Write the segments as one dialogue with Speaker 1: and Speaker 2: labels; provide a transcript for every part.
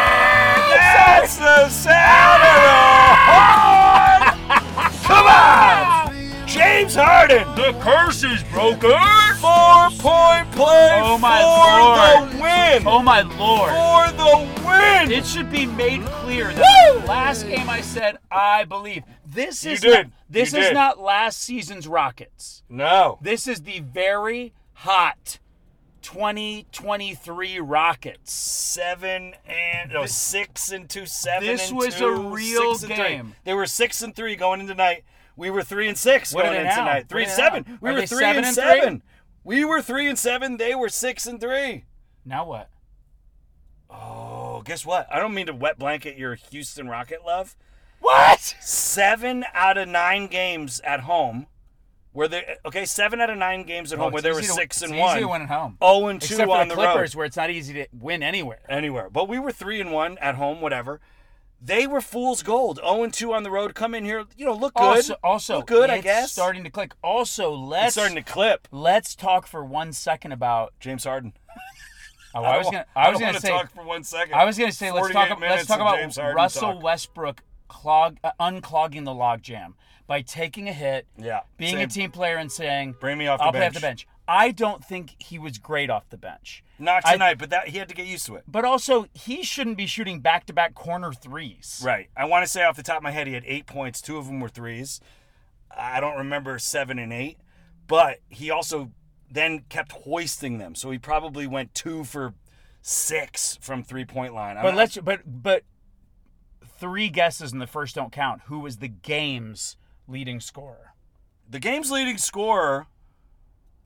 Speaker 1: That's the sound of the horn! Come on! James Harden! The curse is broken! Four point play
Speaker 2: Oh, my
Speaker 1: for
Speaker 2: Lord.
Speaker 1: the win!
Speaker 2: Oh my lord.
Speaker 1: For the win!
Speaker 2: It should be made clear that
Speaker 1: Woo!
Speaker 2: last game I said I believe. This
Speaker 1: You
Speaker 2: is
Speaker 1: did.
Speaker 2: not this
Speaker 1: You
Speaker 2: is
Speaker 1: did.
Speaker 2: not last season's Rockets.
Speaker 1: no.
Speaker 2: This is the very hot 2023 Rockets.
Speaker 1: Seven and no six and two seven.
Speaker 2: this
Speaker 1: and
Speaker 2: was
Speaker 1: two,
Speaker 2: a real
Speaker 1: six and three.
Speaker 2: game.
Speaker 1: They were six and three going into night. We were three and six
Speaker 2: What are
Speaker 1: going
Speaker 2: they
Speaker 1: into
Speaker 2: now?
Speaker 1: night. Three
Speaker 2: What
Speaker 1: and
Speaker 2: are they
Speaker 1: seven.
Speaker 2: now?
Speaker 1: We
Speaker 2: Are
Speaker 1: were
Speaker 2: they
Speaker 1: three
Speaker 2: seven
Speaker 1: and
Speaker 2: and three?
Speaker 1: seven. We were three and seven. They were six and three.
Speaker 2: Now what?
Speaker 1: Oh, guess what? I don't mean to wet blanket your Houston Rocket love.
Speaker 2: What?
Speaker 1: Seven out of nine games at home, where they okay, seven out of nine games at home where they were six and
Speaker 2: Oh, Easy to win
Speaker 1: one,
Speaker 2: at home.
Speaker 1: oh and two
Speaker 2: Except for
Speaker 1: on
Speaker 2: the
Speaker 1: the
Speaker 2: Clippers
Speaker 1: road,
Speaker 2: where it's not easy to win anywhere.
Speaker 1: anywhere. But we were three and one at home, whatever. They were fool's gold. Oh and two on the road. Come in here, you know, look good.
Speaker 2: Also, also
Speaker 1: look good, I
Speaker 2: it's
Speaker 1: guess.
Speaker 2: starting to click. Also,
Speaker 1: It's
Speaker 2: let's
Speaker 1: starting to clip.
Speaker 2: let's talk for one second about
Speaker 1: James Harden.
Speaker 2: Oh, I, was
Speaker 1: don't-
Speaker 2: gonna. I was
Speaker 1: don't
Speaker 2: gonna
Speaker 1: wanna
Speaker 2: say.
Speaker 1: talk for one second.
Speaker 2: I was gonna say. Let's
Speaker 1: 48
Speaker 2: talk. ab-
Speaker 1: minutes
Speaker 2: Let's talk
Speaker 1: of
Speaker 2: about
Speaker 1: James Harden
Speaker 2: Russell
Speaker 1: talk.
Speaker 2: Westbrook clog, uh, unclogging the logjam by taking a hit,
Speaker 1: Yeah,
Speaker 2: being a
Speaker 1: same.
Speaker 2: team player, and saying,
Speaker 1: Bring me off the
Speaker 2: I'll play off the
Speaker 1: bench."
Speaker 2: bench." I don't think he was great off the bench.
Speaker 1: Not
Speaker 2: I-
Speaker 1: tonight, but that he had to get used to it.
Speaker 2: But also, he shouldn't be shooting back-to-back corner threes.
Speaker 1: Right. I want to say off the top of my head, he had eight points. Two of them were threes. I don't remember seven and eight, but he also then kept hoisting them. So he probably went two for six from three point line. I'm
Speaker 2: But
Speaker 1: not-
Speaker 2: let's. But but three guesses and the first don't count. Who was the game's leading scorer?
Speaker 1: the game's leading scorer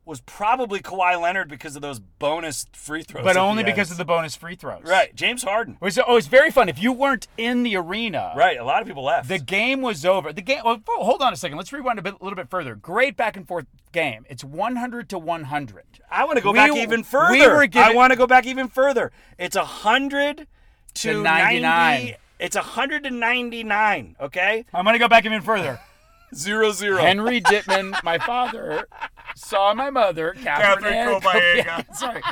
Speaker 1: was probably Kawhi Leonard because of those bonus free throws.
Speaker 2: But
Speaker 1: at
Speaker 2: only
Speaker 1: the
Speaker 2: because of
Speaker 1: end.
Speaker 2: the bonus free throws.
Speaker 1: right James Harden.
Speaker 2: It was, oh, it's very fun. If you weren't in the arena,
Speaker 1: Right. A lot of people left.
Speaker 2: The game was over. The game. Well, oh, hold on a second. Let's rewind a bit, little bit further. Great back and forth game. It's 100 to 100.
Speaker 1: I want to go
Speaker 2: We-
Speaker 1: back even further.
Speaker 2: we were
Speaker 1: I
Speaker 2: given-
Speaker 1: want to go back even further. It's a hundred to,
Speaker 2: To
Speaker 1: 99.
Speaker 2: 99.
Speaker 1: It's a hundred to ninety-nine. Okay,
Speaker 2: I'm gonna go back even further.
Speaker 1: zero zero.
Speaker 2: Henry Dittman, my father, saw my mother, Catherine,
Speaker 1: Catherine
Speaker 2: Ann
Speaker 1: Kobayega.
Speaker 2: Kobayega. Sorry.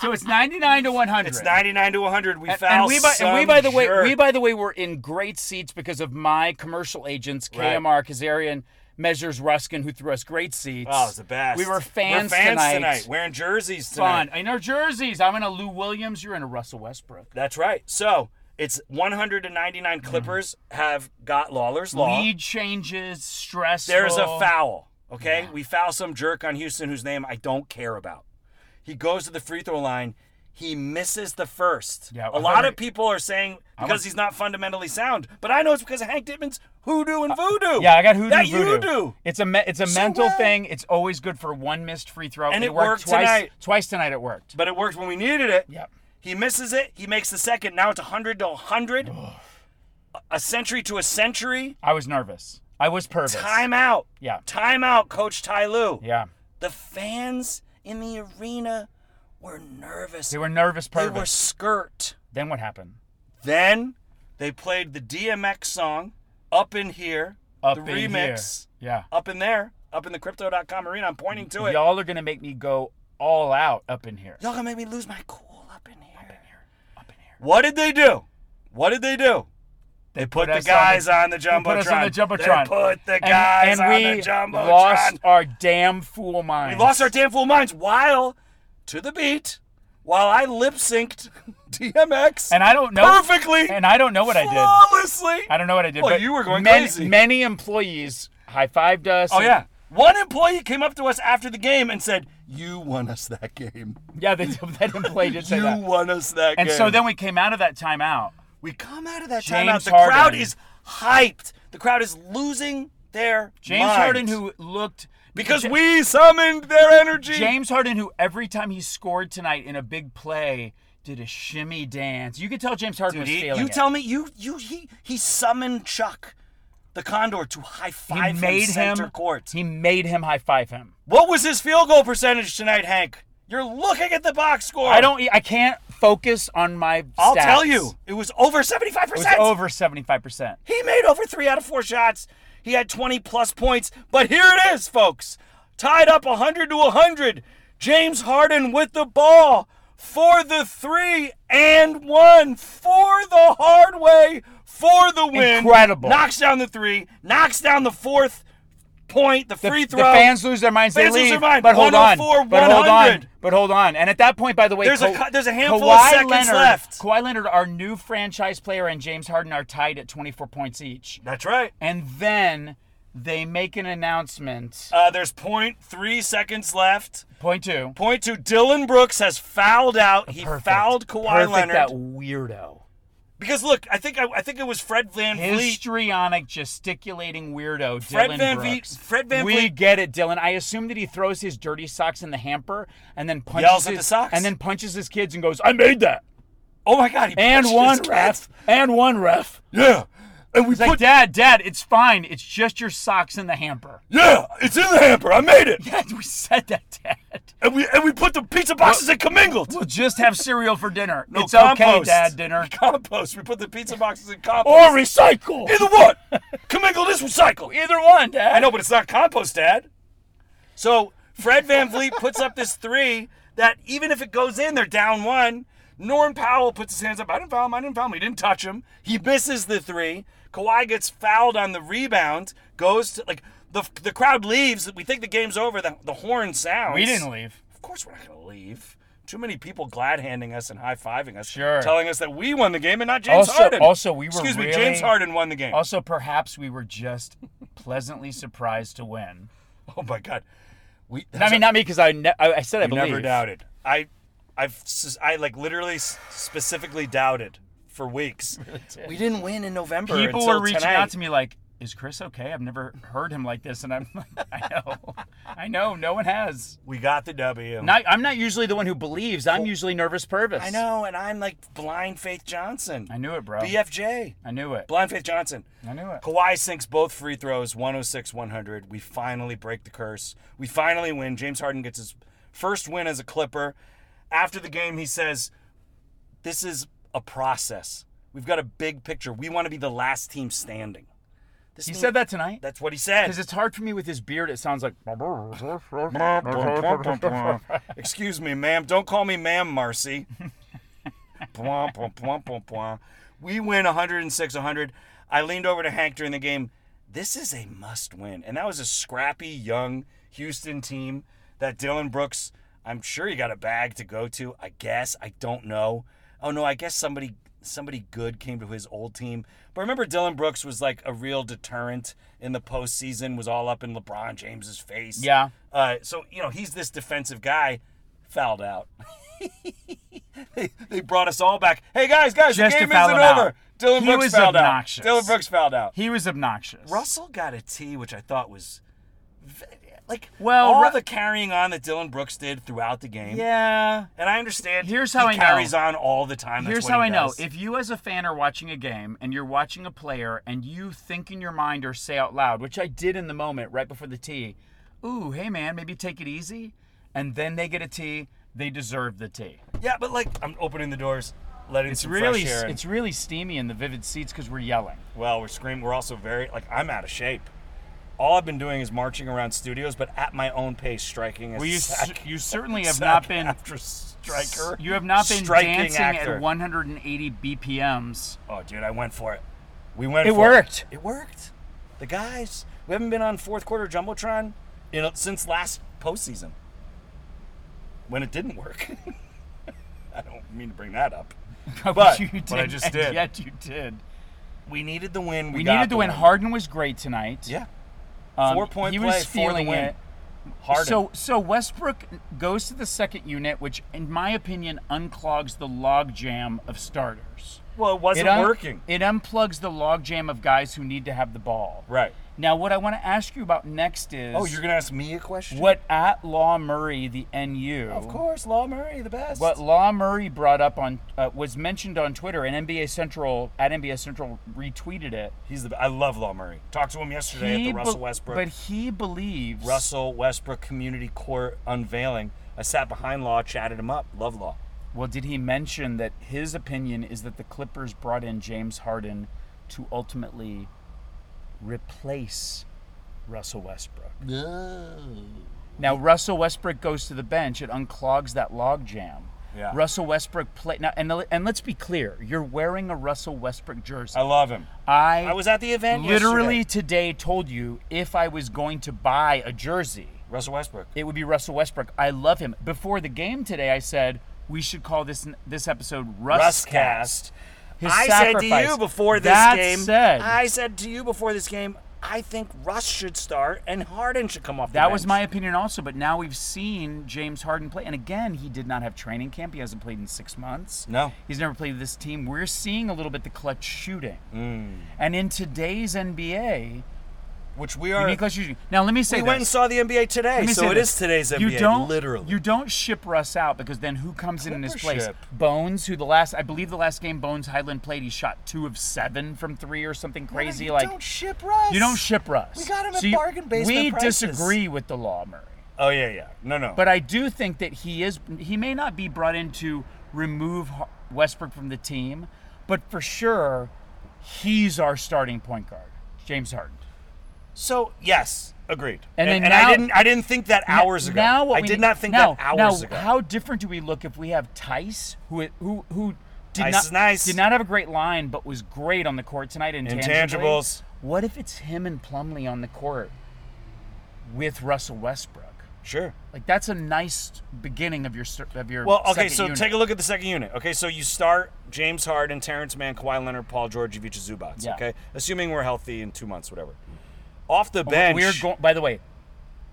Speaker 2: So it's 99 to 100.
Speaker 1: It's ninety-nine to one hundred. We
Speaker 2: And,
Speaker 1: foul
Speaker 2: and we, by, and we, by the
Speaker 1: some
Speaker 2: way,
Speaker 1: jerk.
Speaker 2: we, by the way, were in great seats because of my commercial agents,
Speaker 1: Right.
Speaker 2: KMR Kazarian, Measures Ruskin, who threw us great seats.
Speaker 1: Oh, it's the best.
Speaker 2: We were fans,
Speaker 1: We're fans tonight.
Speaker 2: tonight.
Speaker 1: Wearing jerseys tonight.
Speaker 2: fun. In our jerseys, I'm in a Lou Williams. You're in a Russell Westbrook.
Speaker 1: That's right. So it's one hundred to ninety-nine. Clippers have got Lawler's law.
Speaker 2: Lead changes, stress.
Speaker 1: There's a foul. Okay, we foul some jerk on Houston whose name I don't care about. He goes to the free throw line. He misses the first.
Speaker 2: Yeah,
Speaker 1: a
Speaker 2: I
Speaker 1: lot
Speaker 2: heard-
Speaker 1: of people are saying because
Speaker 2: was-
Speaker 1: he's not fundamentally sound, but I know it's because of Hank Dittman's hoodoo and voodoo.
Speaker 2: Uh, Yeah, I got hoodoo.
Speaker 1: That
Speaker 2: voodoo.
Speaker 1: you do.
Speaker 2: It's a me- it's a
Speaker 1: So
Speaker 2: mental
Speaker 1: well.
Speaker 2: thing. It's always good for one missed free throw,
Speaker 1: And it worked
Speaker 2: twice.
Speaker 1: tonight.
Speaker 2: Twice tonight it worked.
Speaker 1: But it worked when we needed it.
Speaker 2: Yep.
Speaker 1: He misses it. He makes the second. Now it's 100 to 100. a century to a century.
Speaker 2: I was nervous. I was pervous.
Speaker 1: Timeout.
Speaker 2: Yeah.
Speaker 1: Timeout, Coach Ty Lue.
Speaker 2: Yeah.
Speaker 1: The fans in the arena were nervous.
Speaker 2: They were nervous
Speaker 1: They
Speaker 2: pervous.
Speaker 1: were skirt.
Speaker 2: Then what happened?
Speaker 1: Then they played the DMX song Up in Here,
Speaker 2: Up
Speaker 1: the
Speaker 2: in
Speaker 1: remix,
Speaker 2: Here.
Speaker 1: up in there, up in the crypto.com arena. I'm pointing to
Speaker 2: Yeah.
Speaker 1: it. Y'all,
Speaker 2: Y'all are gonna make me go all out up in here.
Speaker 1: gonna make me lose my cool up in here.
Speaker 2: Up in here.
Speaker 1: What did they do? What did they do? They, put, the
Speaker 2: us
Speaker 1: guys on the,
Speaker 2: they
Speaker 1: jumbotron.
Speaker 2: put us on the jumbotron.
Speaker 1: They put the
Speaker 2: And-
Speaker 1: guys
Speaker 2: and,
Speaker 1: on
Speaker 2: we
Speaker 1: the jumbotron.
Speaker 2: lost our damn fool mind.
Speaker 1: We lost our damn fool minds while to the beat, while I lip synced DMX
Speaker 2: And I don't know
Speaker 1: perfectly.
Speaker 2: And I don't know what I did.
Speaker 1: flawlessly.
Speaker 2: I don't know what I did.
Speaker 1: Well,
Speaker 2: but
Speaker 1: you were going
Speaker 2: many,
Speaker 1: crazy.
Speaker 2: Many employees high fived us.
Speaker 1: Oh
Speaker 2: and-
Speaker 1: yeah. One employee came up to us after the game and said, "You won us that game.
Speaker 2: yeah. They, that employee did say
Speaker 1: you
Speaker 2: that.
Speaker 1: won us that
Speaker 2: And
Speaker 1: game."
Speaker 2: so then we came out of that timeout.
Speaker 1: We come out of that
Speaker 2: James
Speaker 1: timeout. The
Speaker 2: Harden.
Speaker 1: crowd is hyped. The crowd is losing their
Speaker 2: James
Speaker 1: minds.
Speaker 2: Harden, who looked
Speaker 1: because we summoned their energy.
Speaker 2: James Harden, who every time he scored tonight in a big play, did a shimmy dance. You could tell James Harden
Speaker 1: Dude,
Speaker 2: was
Speaker 1: he-
Speaker 2: feeling
Speaker 1: you
Speaker 2: it.
Speaker 1: tell me you you he he summoned Chuck, the Condor, to high
Speaker 2: he
Speaker 1: five
Speaker 2: made
Speaker 1: him
Speaker 2: him,
Speaker 1: center court.
Speaker 2: He made him high five him.
Speaker 1: what was his field goal percentage tonight, Hank? You're looking at the box score.
Speaker 2: I don't. e, I can't focus on my.
Speaker 1: I'll
Speaker 2: stats.
Speaker 1: tell you, it was over seventy five
Speaker 2: It was
Speaker 1: percent.
Speaker 2: over seventy-five percent.
Speaker 1: He made over three out of four shots. He had 20 plus points. But here it is, folks. Tied up 100 to 100. James Harden with the ball for the three and one for the hard way for the win.
Speaker 2: Incredible.
Speaker 1: Knocks down the three, knocks down the fourth point, the,
Speaker 2: The,
Speaker 1: free throw.
Speaker 2: the fans lose their minds.
Speaker 1: Fans
Speaker 2: they
Speaker 1: lose
Speaker 2: leave.
Speaker 1: their mind.
Speaker 2: But hold on.
Speaker 1: 104,
Speaker 2: But hold on.
Speaker 1: 100.
Speaker 2: But hold on. And at that point, by the way,
Speaker 1: There's a
Speaker 2: Ka-
Speaker 1: cu- there's a handful of
Speaker 2: Kawhi
Speaker 1: seconds
Speaker 2: Leonard,
Speaker 1: left.
Speaker 2: Kawhi Leonard, our new franchise player, and James Harden are tied at twenty-four points each.
Speaker 1: That's right.
Speaker 2: And then they make an announcement.
Speaker 1: Uh, there's 0.3 seconds left.
Speaker 2: Point two.
Speaker 1: Point two, Dylan Brooks has fouled out. He
Speaker 2: Perfect.
Speaker 1: fouled Kawhi
Speaker 2: Perfect,
Speaker 1: Leonard.
Speaker 2: That weirdo.
Speaker 1: Because look, I think I, I think it was Fred Van Vliet.
Speaker 2: Histrionic, gesticulating weirdo,
Speaker 1: Fred
Speaker 2: Dylan
Speaker 1: Van Vliet-
Speaker 2: Brooks.
Speaker 1: Fred Van
Speaker 2: we
Speaker 1: Vliet-
Speaker 2: get it, Dylan. I assume that he throws his dirty socks in the hamper and then punches
Speaker 1: Yells at
Speaker 2: his,
Speaker 1: the socks.
Speaker 2: and then punches his kids and goes, "I made that."
Speaker 1: Oh my God! He
Speaker 2: And
Speaker 1: punched
Speaker 2: one
Speaker 1: his
Speaker 2: ref. And one ref.
Speaker 1: kid. Yeah, and we
Speaker 2: He's like, "Dad, Dad, it's fine. It's just your socks in the hamper."
Speaker 1: yeah, it's in the hamper. I made it.
Speaker 2: Dad, we said that, Dad.
Speaker 1: And we and we put the pizza boxes in commingled.
Speaker 2: We'll just have cereal for dinner.
Speaker 1: No,
Speaker 2: it's okay,
Speaker 1: compost.
Speaker 2: Dad. Dinner
Speaker 1: Compost. We put the pizza boxes in compost.
Speaker 2: or recycle.
Speaker 1: either one. commingled is recycled.
Speaker 2: Either one, Dad.
Speaker 1: I know, but it's not compost, Dad. So Fred Van Vliet puts up this three that even if it goes in, they're down one. Norm Powell puts his hands up. I didn't foul him. I didn't foul him. He didn't touch him. He misses the three. Kawhi gets fouled on the rebound. Goes to like the the crowd leaves. We think the game's over. The, the horn sounds.
Speaker 2: We didn't leave.
Speaker 1: Of course, we're not gonna leave. Too many people glad handing us and high fiving us,
Speaker 2: Sure.
Speaker 1: telling us that we won the game and not James
Speaker 2: Also-
Speaker 1: Harden.
Speaker 2: also, we were
Speaker 1: excuse me,
Speaker 2: really-
Speaker 1: James Harden won the game.
Speaker 2: Also, perhaps we were just pleasantly surprised to win.
Speaker 1: oh my God, we.
Speaker 2: I mean, not me, because I, ne- I I said I
Speaker 1: You
Speaker 2: believe.
Speaker 1: never doubted. I, I've, s- I like literally s- specifically doubted for weeks. we didn't win in November.
Speaker 2: People
Speaker 1: until
Speaker 2: were reaching
Speaker 1: tonight.
Speaker 2: out to me like, "Is Chris okay? I've never heard him like this." And I'm like, "I know, I know. No one has.
Speaker 1: We got the W.
Speaker 2: Not, I'm not usually the one who believes. I'm usually nervous purvis.
Speaker 1: I know, and I'm like blind Faith Johnson.
Speaker 2: I knew it, bro.
Speaker 1: BFJ.
Speaker 2: I knew it.
Speaker 1: Blind Faith Johnson.
Speaker 2: I knew it.
Speaker 1: Kawhi sinks both free throws, 106 100. We finally break the curse. We finally win. James Harden gets his first win as a Clipper. After the game, he says, This is a process. We've got a big picture. We want to be the last team standing. This
Speaker 2: He
Speaker 1: means-
Speaker 2: said that tonight.
Speaker 1: That's what he
Speaker 2: Because
Speaker 1: said.
Speaker 2: it's hard for me with his beard. It sounds like.
Speaker 1: Excuse me, ma'am. Don't call me ma'am, Marcy. Bwah, bwah, bwah, bwah, bwah. we win 106 100. I leaned over to Hank during the game. This is a must win. And that was a scrappy, young Houston team that Dylan Brooks, I'm sure he got a bag to go to. I guess. I don't know. Oh, no. I guess somebody. Somebody good came to his old team. But remember, Dylan Brooks was like a real deterrent in the postseason, was all up in LeBron James's face.
Speaker 2: Yeah.
Speaker 1: Uh, so, you know, he's this defensive guy, fouled out. they, they brought us all back. Hey, guys, guys,
Speaker 2: Just
Speaker 1: the
Speaker 2: to
Speaker 1: game
Speaker 2: foul
Speaker 1: isn't
Speaker 2: him out.
Speaker 1: over. Dylan
Speaker 2: He
Speaker 1: Brooks
Speaker 2: was
Speaker 1: fouled
Speaker 2: obnoxious.
Speaker 1: out. Dylan Brooks fouled out.
Speaker 2: He was obnoxious.
Speaker 1: Russell got a T, which I thought was v- like
Speaker 2: Well,
Speaker 1: all
Speaker 2: Ru-
Speaker 1: the carrying on that Dylan Brooks did throughout the game.
Speaker 2: Yeah.
Speaker 1: And I understand
Speaker 2: Here's
Speaker 1: he
Speaker 2: how I know.
Speaker 1: carries on all the time. That's
Speaker 2: Here's
Speaker 1: what
Speaker 2: how
Speaker 1: he
Speaker 2: I know.
Speaker 1: does.
Speaker 2: If you, as a fan, are watching a game and you're watching a player and you think in your mind or say out loud, which I did in the moment right before the tee, ooh, hey man, maybe take it easy, and then they get a tee, they deserve the tee.
Speaker 1: yeah, but like I'm opening the doors, letting
Speaker 2: It's
Speaker 1: some
Speaker 2: really,
Speaker 1: fresh air in.
Speaker 2: it's really steamy in the vivid seats because we're yelling.
Speaker 1: Well, we're screaming. We're also very like I'm out of shape. All I've been doing is marching around studios, but at my own pace, striking. As
Speaker 2: Well, you, cer-
Speaker 1: sack,
Speaker 2: you certainly have
Speaker 1: sack
Speaker 2: not been,
Speaker 1: after striker.
Speaker 2: you have not been
Speaker 1: striking
Speaker 2: dancing
Speaker 1: actor.
Speaker 2: at 180 BPMs.
Speaker 1: Oh, dude, I went for it. We went.
Speaker 2: It
Speaker 1: for
Speaker 2: worked.
Speaker 1: It. it worked. The guys. We haven't been on fourth quarter jumbotron in a, since last postseason. When it didn't work. I don't mean to bring that up. But
Speaker 2: you
Speaker 1: what I
Speaker 2: didn't,
Speaker 1: just
Speaker 2: and
Speaker 1: did.
Speaker 2: Yet you did.
Speaker 1: We needed the win. We,
Speaker 2: We,
Speaker 1: got
Speaker 2: needed
Speaker 1: the
Speaker 2: to win. Harden was great tonight.
Speaker 1: Yeah.
Speaker 2: Um,
Speaker 1: Four point
Speaker 2: he
Speaker 1: play
Speaker 2: was
Speaker 1: for the
Speaker 2: feeling
Speaker 1: win.
Speaker 2: it.
Speaker 1: Harden.
Speaker 2: So so Westbrook goes to the second unit, which in my opinion unclogs the logjam of starters.
Speaker 1: Well, it wasn't
Speaker 2: un-
Speaker 1: working.
Speaker 2: It unplugs the logjam of guys who need to have the ball.
Speaker 1: Right.
Speaker 2: Now, what I want to ask you about next is
Speaker 1: Oh, you're gonna ask me a question?
Speaker 2: what at Law Murray, the NU,
Speaker 1: Of course, Law Murray, the best.
Speaker 2: what Law Murray brought up on uh, was mentioned on Twitter, and NBA Central at NBA Central retweeted it.
Speaker 1: He's the. I love Law Murray. Talked to him yesterday at the
Speaker 2: be-
Speaker 1: Russell Westbrook.
Speaker 2: but he believes
Speaker 1: Russell Westbrook Community Court unveiling. I sat behind Law, chatted him up. Love Law.
Speaker 2: Well, did he mention that his opinion is that the Clippers brought in James Harden to ultimately replace Russell Westbrook? Now Russell Westbrook goes to the bench; it unclogs that logjam.
Speaker 1: Yeah.
Speaker 2: Russell Westbrook play now, and and let's be clear: you're wearing a Russell Westbrook jersey.
Speaker 1: I love him.
Speaker 2: I,
Speaker 1: I was at the event
Speaker 2: literally
Speaker 1: yesterday.
Speaker 2: today told you if I was going to buy a jersey,
Speaker 1: Russell Westbrook.
Speaker 2: it would be Russell Westbrook. I love him. Before the game today, I said we should call this this episode Rust
Speaker 1: Rustcast.
Speaker 2: His
Speaker 1: I said
Speaker 2: sacrifice.
Speaker 1: to you before this
Speaker 2: That
Speaker 1: game.
Speaker 2: said-
Speaker 1: I said to you before this game. I think Russ should start and Harden should come off. the
Speaker 2: That was
Speaker 1: bench.
Speaker 2: my opinion also, but now we've seen James Harden play. And again, he did not have training camp. He hasn't played in six months.
Speaker 1: No.
Speaker 2: He's never played with this team. We're seeing a little bit the clutch shooting.
Speaker 1: Mm.
Speaker 2: And in today's NBA,
Speaker 1: which we
Speaker 2: you
Speaker 1: are.
Speaker 2: need clutch shooting. Now, let me say
Speaker 1: We
Speaker 2: this.
Speaker 1: went and saw the NBA today,
Speaker 2: Let me
Speaker 1: so
Speaker 2: say
Speaker 1: it
Speaker 2: this.
Speaker 1: is today's NBA.
Speaker 2: You don't
Speaker 1: literally.
Speaker 2: You don't ship Russ out because then who comes in in his
Speaker 1: Clipper
Speaker 2: place?
Speaker 1: ship.
Speaker 2: Bones, who the last I believe the last game Bones Highland played, he shot two of seven from three or something crazy.
Speaker 1: you
Speaker 2: like
Speaker 1: don't ship Russ.
Speaker 2: you don't ship Russ.
Speaker 1: We got him at
Speaker 2: So you-
Speaker 1: bargain basement
Speaker 2: We
Speaker 1: prices.
Speaker 2: disagree with the law, Murray.
Speaker 1: Oh yeah, yeah. No, no.
Speaker 2: But I do think that he is he may not be brought in to remove Har- Westbrook from the team, but for sure he's our starting point guard, James Harden.
Speaker 1: so yes, agreed.
Speaker 2: And then
Speaker 1: I
Speaker 2: now-
Speaker 1: didn't. I didn't think that
Speaker 2: N-
Speaker 1: hours ago.
Speaker 2: Now what
Speaker 1: I
Speaker 2: we
Speaker 1: did
Speaker 2: need-
Speaker 1: not think
Speaker 2: now,
Speaker 1: that hours
Speaker 2: now,
Speaker 1: ago.
Speaker 2: How different do we look if we have Tice, who who who did
Speaker 1: Tice
Speaker 2: not
Speaker 1: is nice.
Speaker 2: did not have a great line, but was great on the court tonight. Intangibly.
Speaker 1: Intangibles.
Speaker 2: What if it's him and Plumlee on the court with Russell Westbrook?
Speaker 1: sure.
Speaker 2: Like that's a nice beginning of your st- of your.
Speaker 1: Well, okay,
Speaker 2: second
Speaker 1: so
Speaker 2: unit.
Speaker 1: take a look at the second unit. Okay, so you start James Harden, Terrence Mann, Kawhi Leonard, Paul George, Ivica Zubats.
Speaker 2: Yeah.
Speaker 1: Okay, assuming we're healthy in two months, whatever. Off the
Speaker 2: Oh,
Speaker 1: bench,
Speaker 2: We're going. By the way,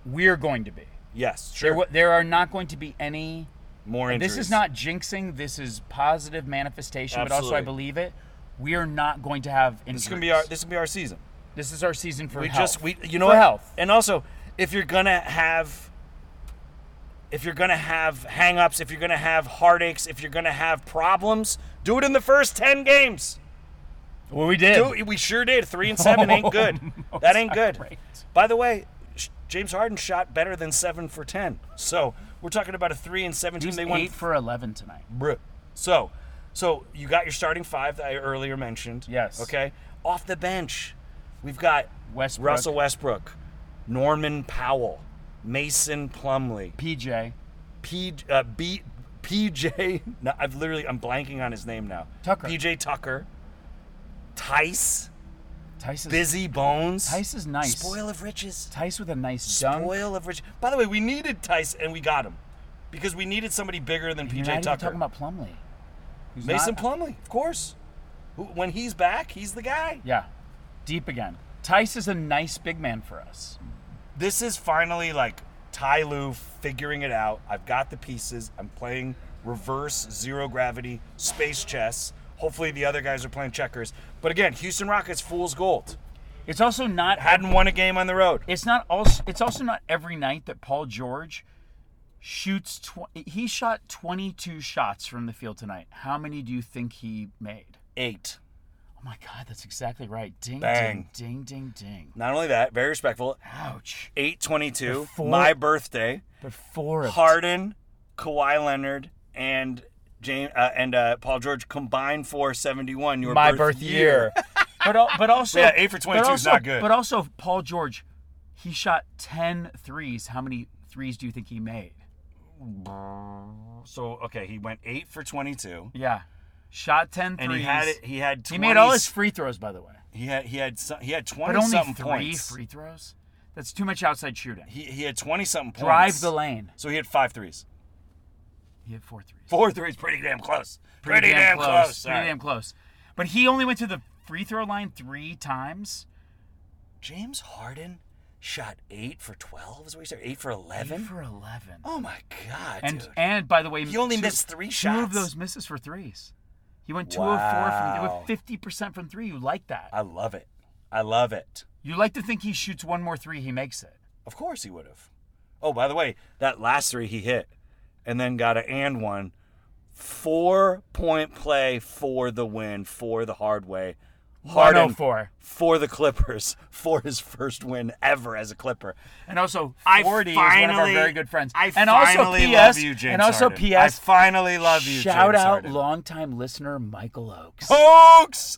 Speaker 2: we're going to be.
Speaker 1: yes, sure.
Speaker 2: There, wa- there are not going to be any
Speaker 1: More injuries.
Speaker 2: This is not jinxing. This is positive manifestation, but also I
Speaker 1: Absolutely.
Speaker 2: believe it. We are not going to have injuries.
Speaker 1: This is gonna be our. This is gonna be our season.
Speaker 2: This is our season for
Speaker 1: we
Speaker 2: health.
Speaker 1: just we you know
Speaker 2: For
Speaker 1: what?
Speaker 2: health.
Speaker 1: And also, if you're gonna have if you're gonna have hangups, if you're gonna have heartaches, if you're gonna have problems, do it in the first ten games.
Speaker 2: Well, we did.
Speaker 1: Do, we sure did. Three and seven ain't good.
Speaker 2: Oh,
Speaker 1: that ain't
Speaker 2: is
Speaker 1: good.
Speaker 2: that right?
Speaker 1: By the way, sh- James Harden shot better than seven for ten. So we're talking about a three and seventeen.
Speaker 2: He's
Speaker 1: they
Speaker 2: eight
Speaker 1: won
Speaker 2: for eleven tonight.
Speaker 1: Bruh. So, so you got your starting five that I earlier mentioned.
Speaker 2: Yes.
Speaker 1: Okay. Off the bench, we've got
Speaker 2: Westbrook.
Speaker 1: Russell Westbrook, Norman Powell, Mason Plumley,
Speaker 2: PJ
Speaker 1: P, uh, B, PJ. No, I've literally I'm blanking on his name now.
Speaker 2: Tucker.
Speaker 1: PJ Tucker, Tice,
Speaker 2: Tice is
Speaker 1: Busy Bones.
Speaker 2: Tice is nice.
Speaker 1: Spoil of riches.
Speaker 2: Tice with a nice dunk.
Speaker 1: Spoil of riches. By the way, we needed Tice and we got him because we needed somebody bigger than
Speaker 2: You're
Speaker 1: PJ
Speaker 2: not even
Speaker 1: Tucker.
Speaker 2: talking about Plumlee. who's
Speaker 1: Mason
Speaker 2: not-
Speaker 1: Plumley, of course. Who- When he's back, he's the guy.
Speaker 2: Yeah, deep again. Tice is a nice big man for us.
Speaker 1: This is finally like Ty Lue figuring it out. I've got the pieces. I'm playing reverse zero gravity space chess. Hopefully the other guys are playing checkers. But again, Houston Rockets fool's gold.
Speaker 2: It's also not
Speaker 1: Hadn't won a game on the road.
Speaker 2: it's not also it's also not every night that Paul George shoots tw- he shot 22 shots from the field tonight. How many do you think he made?
Speaker 1: Eight.
Speaker 2: Oh my god, that's exactly right. Ding
Speaker 1: Bang.
Speaker 2: ding ding ding ding.
Speaker 1: Not only that, very respectful.
Speaker 2: Ouch.
Speaker 1: 822,
Speaker 2: Before-
Speaker 1: my birthday.
Speaker 2: But four of
Speaker 1: Harden, Kawhi Leonard, and James uh, and uh, Paul George combined for 71. Your
Speaker 2: my
Speaker 1: birth,
Speaker 2: birth year. but al- but also
Speaker 1: Yeah, eight for
Speaker 2: but
Speaker 1: 22 is
Speaker 2: also-
Speaker 1: not good.
Speaker 2: But also Paul George he shot 10 threes. How many threes do you think he made?
Speaker 1: So okay, he went eight for twenty-two,
Speaker 2: Yeah. Shot 10 threes.
Speaker 1: and he had it. He had. 20s,
Speaker 2: He made all his free throws by the way.
Speaker 1: He had. He had. so- He had
Speaker 2: But
Speaker 1: twenty
Speaker 2: only
Speaker 1: something
Speaker 2: three
Speaker 1: points.
Speaker 2: free throws? That's too much outside shooting.
Speaker 1: He, he had twenty something points.
Speaker 2: Drive the lane.
Speaker 1: So he had five threes.
Speaker 2: He hit four threes.
Speaker 1: Four threes, pretty damn close. Pretty, damn, close.
Speaker 2: Pretty
Speaker 1: sorry.
Speaker 2: damn close. But he only went to the free throw line three times.
Speaker 1: James Harden shot eight for twelve. Is what he said? Eight for
Speaker 2: Eight
Speaker 1: eleven.
Speaker 2: for eleven.
Speaker 1: Oh my god,
Speaker 2: and
Speaker 1: dude.
Speaker 2: and by the way,
Speaker 1: He only
Speaker 2: two-
Speaker 1: missed three
Speaker 2: Two of
Speaker 1: shots.
Speaker 2: those misses for threes. He went 2 of 4
Speaker 1: Wow.
Speaker 2: from with 50% from 3. You like that.
Speaker 1: I love it. I love it.
Speaker 2: You like to think he shoots one more 3, he makes it.
Speaker 1: Of course he would have. Oh, by the way, that last three he hit and then got an and one. Four point play for the win, for the hard way. Harden
Speaker 2: 104.
Speaker 1: for the Clippers, for his first win ever as a Clipper.
Speaker 2: And also,
Speaker 1: I
Speaker 2: 40 is one of our
Speaker 1: finally-
Speaker 2: very good friends.
Speaker 1: I
Speaker 2: and also,
Speaker 1: finally
Speaker 2: PS,
Speaker 1: love you, James
Speaker 2: And also,
Speaker 1: Harden.
Speaker 2: PS,
Speaker 1: I finally love you,
Speaker 2: Shout
Speaker 1: James
Speaker 2: out
Speaker 1: Harden.
Speaker 2: longtime listener Michael Oakes.
Speaker 1: Hoax!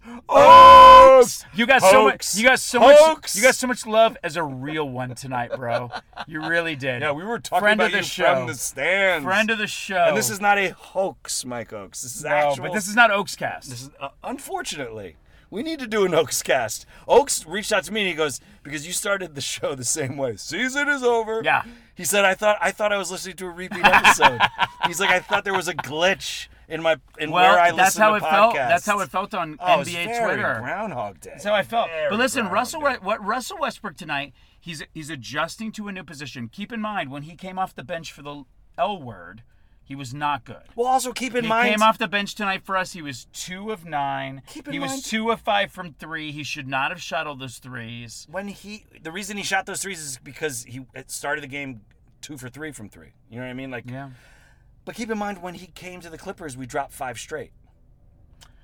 Speaker 1: Hoax!
Speaker 2: You got so much.
Speaker 1: Hoax!
Speaker 2: You got so
Speaker 1: Hoax!
Speaker 2: much. You got so much love as a real one tonight, bro. You really did.
Speaker 1: Yeah, we were talking
Speaker 2: Friend
Speaker 1: about
Speaker 2: of the
Speaker 1: you
Speaker 2: show.
Speaker 1: from the stands.
Speaker 2: Friend of the show.
Speaker 1: And this is not a hoax, Mike Oaks. This is
Speaker 2: no,
Speaker 1: actual.
Speaker 2: but this is not Oakes cast.
Speaker 1: This is, uh, unfortunately, we need to do an Oaks cast. Oaks reached out to me and he goes, "Because you started the show the same way. Season is over."
Speaker 2: Yeah.
Speaker 1: He said, "I thought I thought I was listening to a repeat episode." He's like, "I thought there was a glitch in my in
Speaker 2: well,
Speaker 1: where I
Speaker 2: that's
Speaker 1: listened
Speaker 2: how
Speaker 1: to
Speaker 2: it felt.
Speaker 1: podcasts."
Speaker 2: That's how it felt on
Speaker 1: Oh, it's
Speaker 2: NBA
Speaker 1: very
Speaker 2: Twitter.
Speaker 1: Groundhog Day.
Speaker 2: That's how I felt.
Speaker 1: Very
Speaker 2: but listen,
Speaker 1: Groundhog
Speaker 2: Russell,
Speaker 1: Day.
Speaker 2: what Russell Westbrook tonight? He's he's adjusting to a new position. Keep in mind when he came off the bench for the L word, he was not good.
Speaker 1: Well, also keep in
Speaker 2: He
Speaker 1: mind.
Speaker 2: came off the bench tonight for us. He was two of nine.
Speaker 1: Keep in
Speaker 2: he
Speaker 1: mind-
Speaker 2: was two of five from three. He should not have shuttled those threes.
Speaker 1: when he the reason he shot those threes is because he it started the game two for three from three. You know what I mean? Like,
Speaker 2: Yeah.
Speaker 1: but keep in mind when he came to the Clippers, we dropped five straight.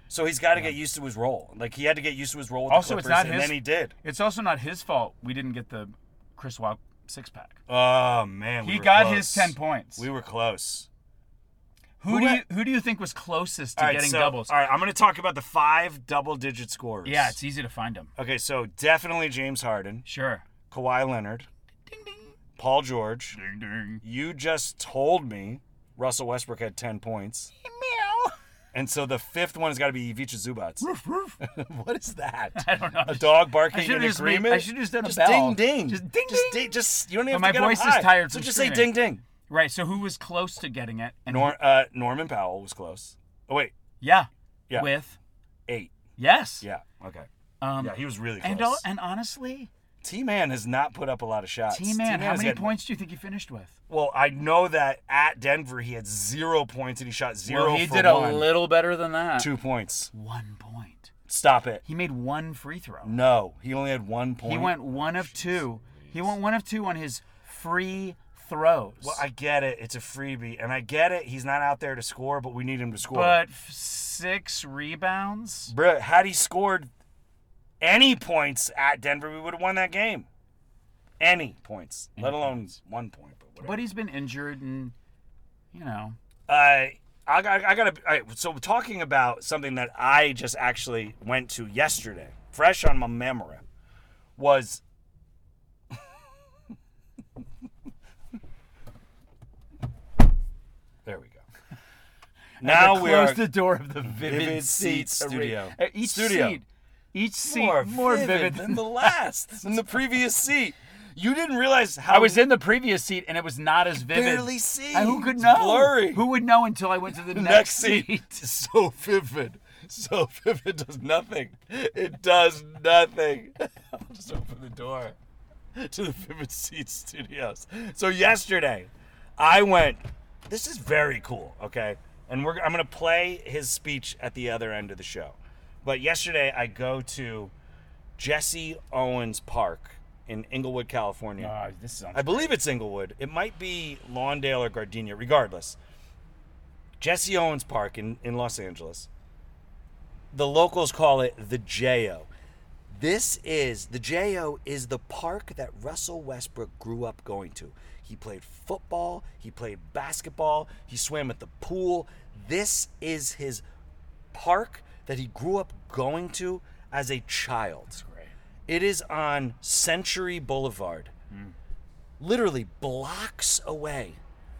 Speaker 1: So he's got to get used to his role. Like he had to get used to his role with
Speaker 2: Also,
Speaker 1: the
Speaker 2: it's
Speaker 1: Clippers,
Speaker 2: not
Speaker 1: and
Speaker 2: his-
Speaker 1: then he did.
Speaker 2: It's also not his fault we didn't get the Chris Waugh six pack.
Speaker 1: Oh man,
Speaker 2: he got his ten points.
Speaker 1: We were close.
Speaker 2: who,
Speaker 1: who
Speaker 2: do
Speaker 1: ha-
Speaker 2: you who do you think was closest to
Speaker 1: all right,
Speaker 2: getting
Speaker 1: so-
Speaker 2: doubles?
Speaker 1: All right, I'm going to talk about the five double-digit scores.
Speaker 2: Yeah, it's e- easy to find him.
Speaker 1: okay. So definitely James Harden,
Speaker 2: Sure.
Speaker 1: Kawhi Leonard,
Speaker 2: Ding ding
Speaker 1: Paul George.
Speaker 2: ding ding.
Speaker 1: You just told me Russell Westbrook had ten points.
Speaker 2: Meow.
Speaker 1: And so the fifth one has got to be Ivica Zubats. what is that?
Speaker 2: I don't know.
Speaker 1: A dog
Speaker 2: I
Speaker 1: barking
Speaker 2: should've
Speaker 1: in
Speaker 2: just made-
Speaker 1: agreement?
Speaker 2: I should've just done a
Speaker 1: just
Speaker 2: bell.
Speaker 1: ding ding.
Speaker 2: Just ding,
Speaker 1: just
Speaker 2: ding.
Speaker 1: di- Just you don't even
Speaker 2: But
Speaker 1: have
Speaker 2: my
Speaker 1: to get up
Speaker 2: voice is
Speaker 1: high.
Speaker 2: tired
Speaker 1: So
Speaker 2: from
Speaker 1: just say ding
Speaker 2: screaming.
Speaker 1: ding.
Speaker 2: Right. So who was close to getting it? And
Speaker 1: Nor, uh, Norman Powell was close. Oh wait,
Speaker 2: yeah.
Speaker 1: Yeah.
Speaker 2: With
Speaker 1: eight.
Speaker 2: yes.
Speaker 1: Yeah. Okay.
Speaker 2: Um,
Speaker 1: yeah, he was really close.
Speaker 2: and all, and honestly,
Speaker 1: T Man has not put up a lot of shots.
Speaker 2: T Man, how
Speaker 1: has
Speaker 2: many
Speaker 1: had-
Speaker 2: points do you think he finished with?
Speaker 1: Well, I know that at Denver he had zero points and he shot zero.
Speaker 2: well, he
Speaker 1: for
Speaker 2: did
Speaker 1: one.
Speaker 2: a little better than that.
Speaker 1: Two points.
Speaker 2: One point.
Speaker 1: Stop it.
Speaker 2: He made one free throw.
Speaker 1: No, he only had one point.
Speaker 2: He went one of two. He went one of two on his free throws.
Speaker 1: Well, I get it. It's a freebie, and I get it. He's not out there to score, but we need him to score.
Speaker 2: but f- six rebounds.
Speaker 1: Bruh, had he scored any points at Denver, we would have won that game. Any points, let alone one point. But whatever.
Speaker 2: But he's been injured, and you know,
Speaker 1: I, Uh, I, got- I gotta. all right, so talking about something that I just actually went to yesterday, fresh on my memory, was. there we go. Now we are
Speaker 2: close the door of the Vivid,
Speaker 1: Vivid
Speaker 2: Seats
Speaker 1: Seats studio.
Speaker 2: Arena. Uh, Each
Speaker 1: Studio.
Speaker 2: seat, each seat
Speaker 1: more,
Speaker 2: more
Speaker 1: vivid,
Speaker 2: vivid.
Speaker 1: than the last, than the previous seat. You didn't realize how
Speaker 2: I was in the previous seat, and it was not as vivid.
Speaker 1: barely see.
Speaker 2: I- who could
Speaker 1: It's
Speaker 2: know?
Speaker 1: Blurry.
Speaker 2: Who would know until I went to the
Speaker 1: the
Speaker 2: next,
Speaker 1: next seat? So vivid. So vivid does nothing. It does nothing. I'll just open the door to the Vivid Seat Studios. So yesterday, I went. This is very cool. Okay, and we're I'm gonna play his speech at the other end of the show. But yesterday, I go to Jesse Owens Park in Inglewood, California.
Speaker 2: Ah, this is on.
Speaker 1: I believe it's Inglewood. It might be Lawndale or Gardenia, regardless. Jesse Owens Park in, in Los Angeles. The locals call it the JO. This is the JO is the park that Russell Westbrook grew up going to. He played football, he played basketball, he swam at the pool. This is his park that he grew up going to as a child. It is on Century Boulevard
Speaker 2: Hmm.
Speaker 1: literally blocks away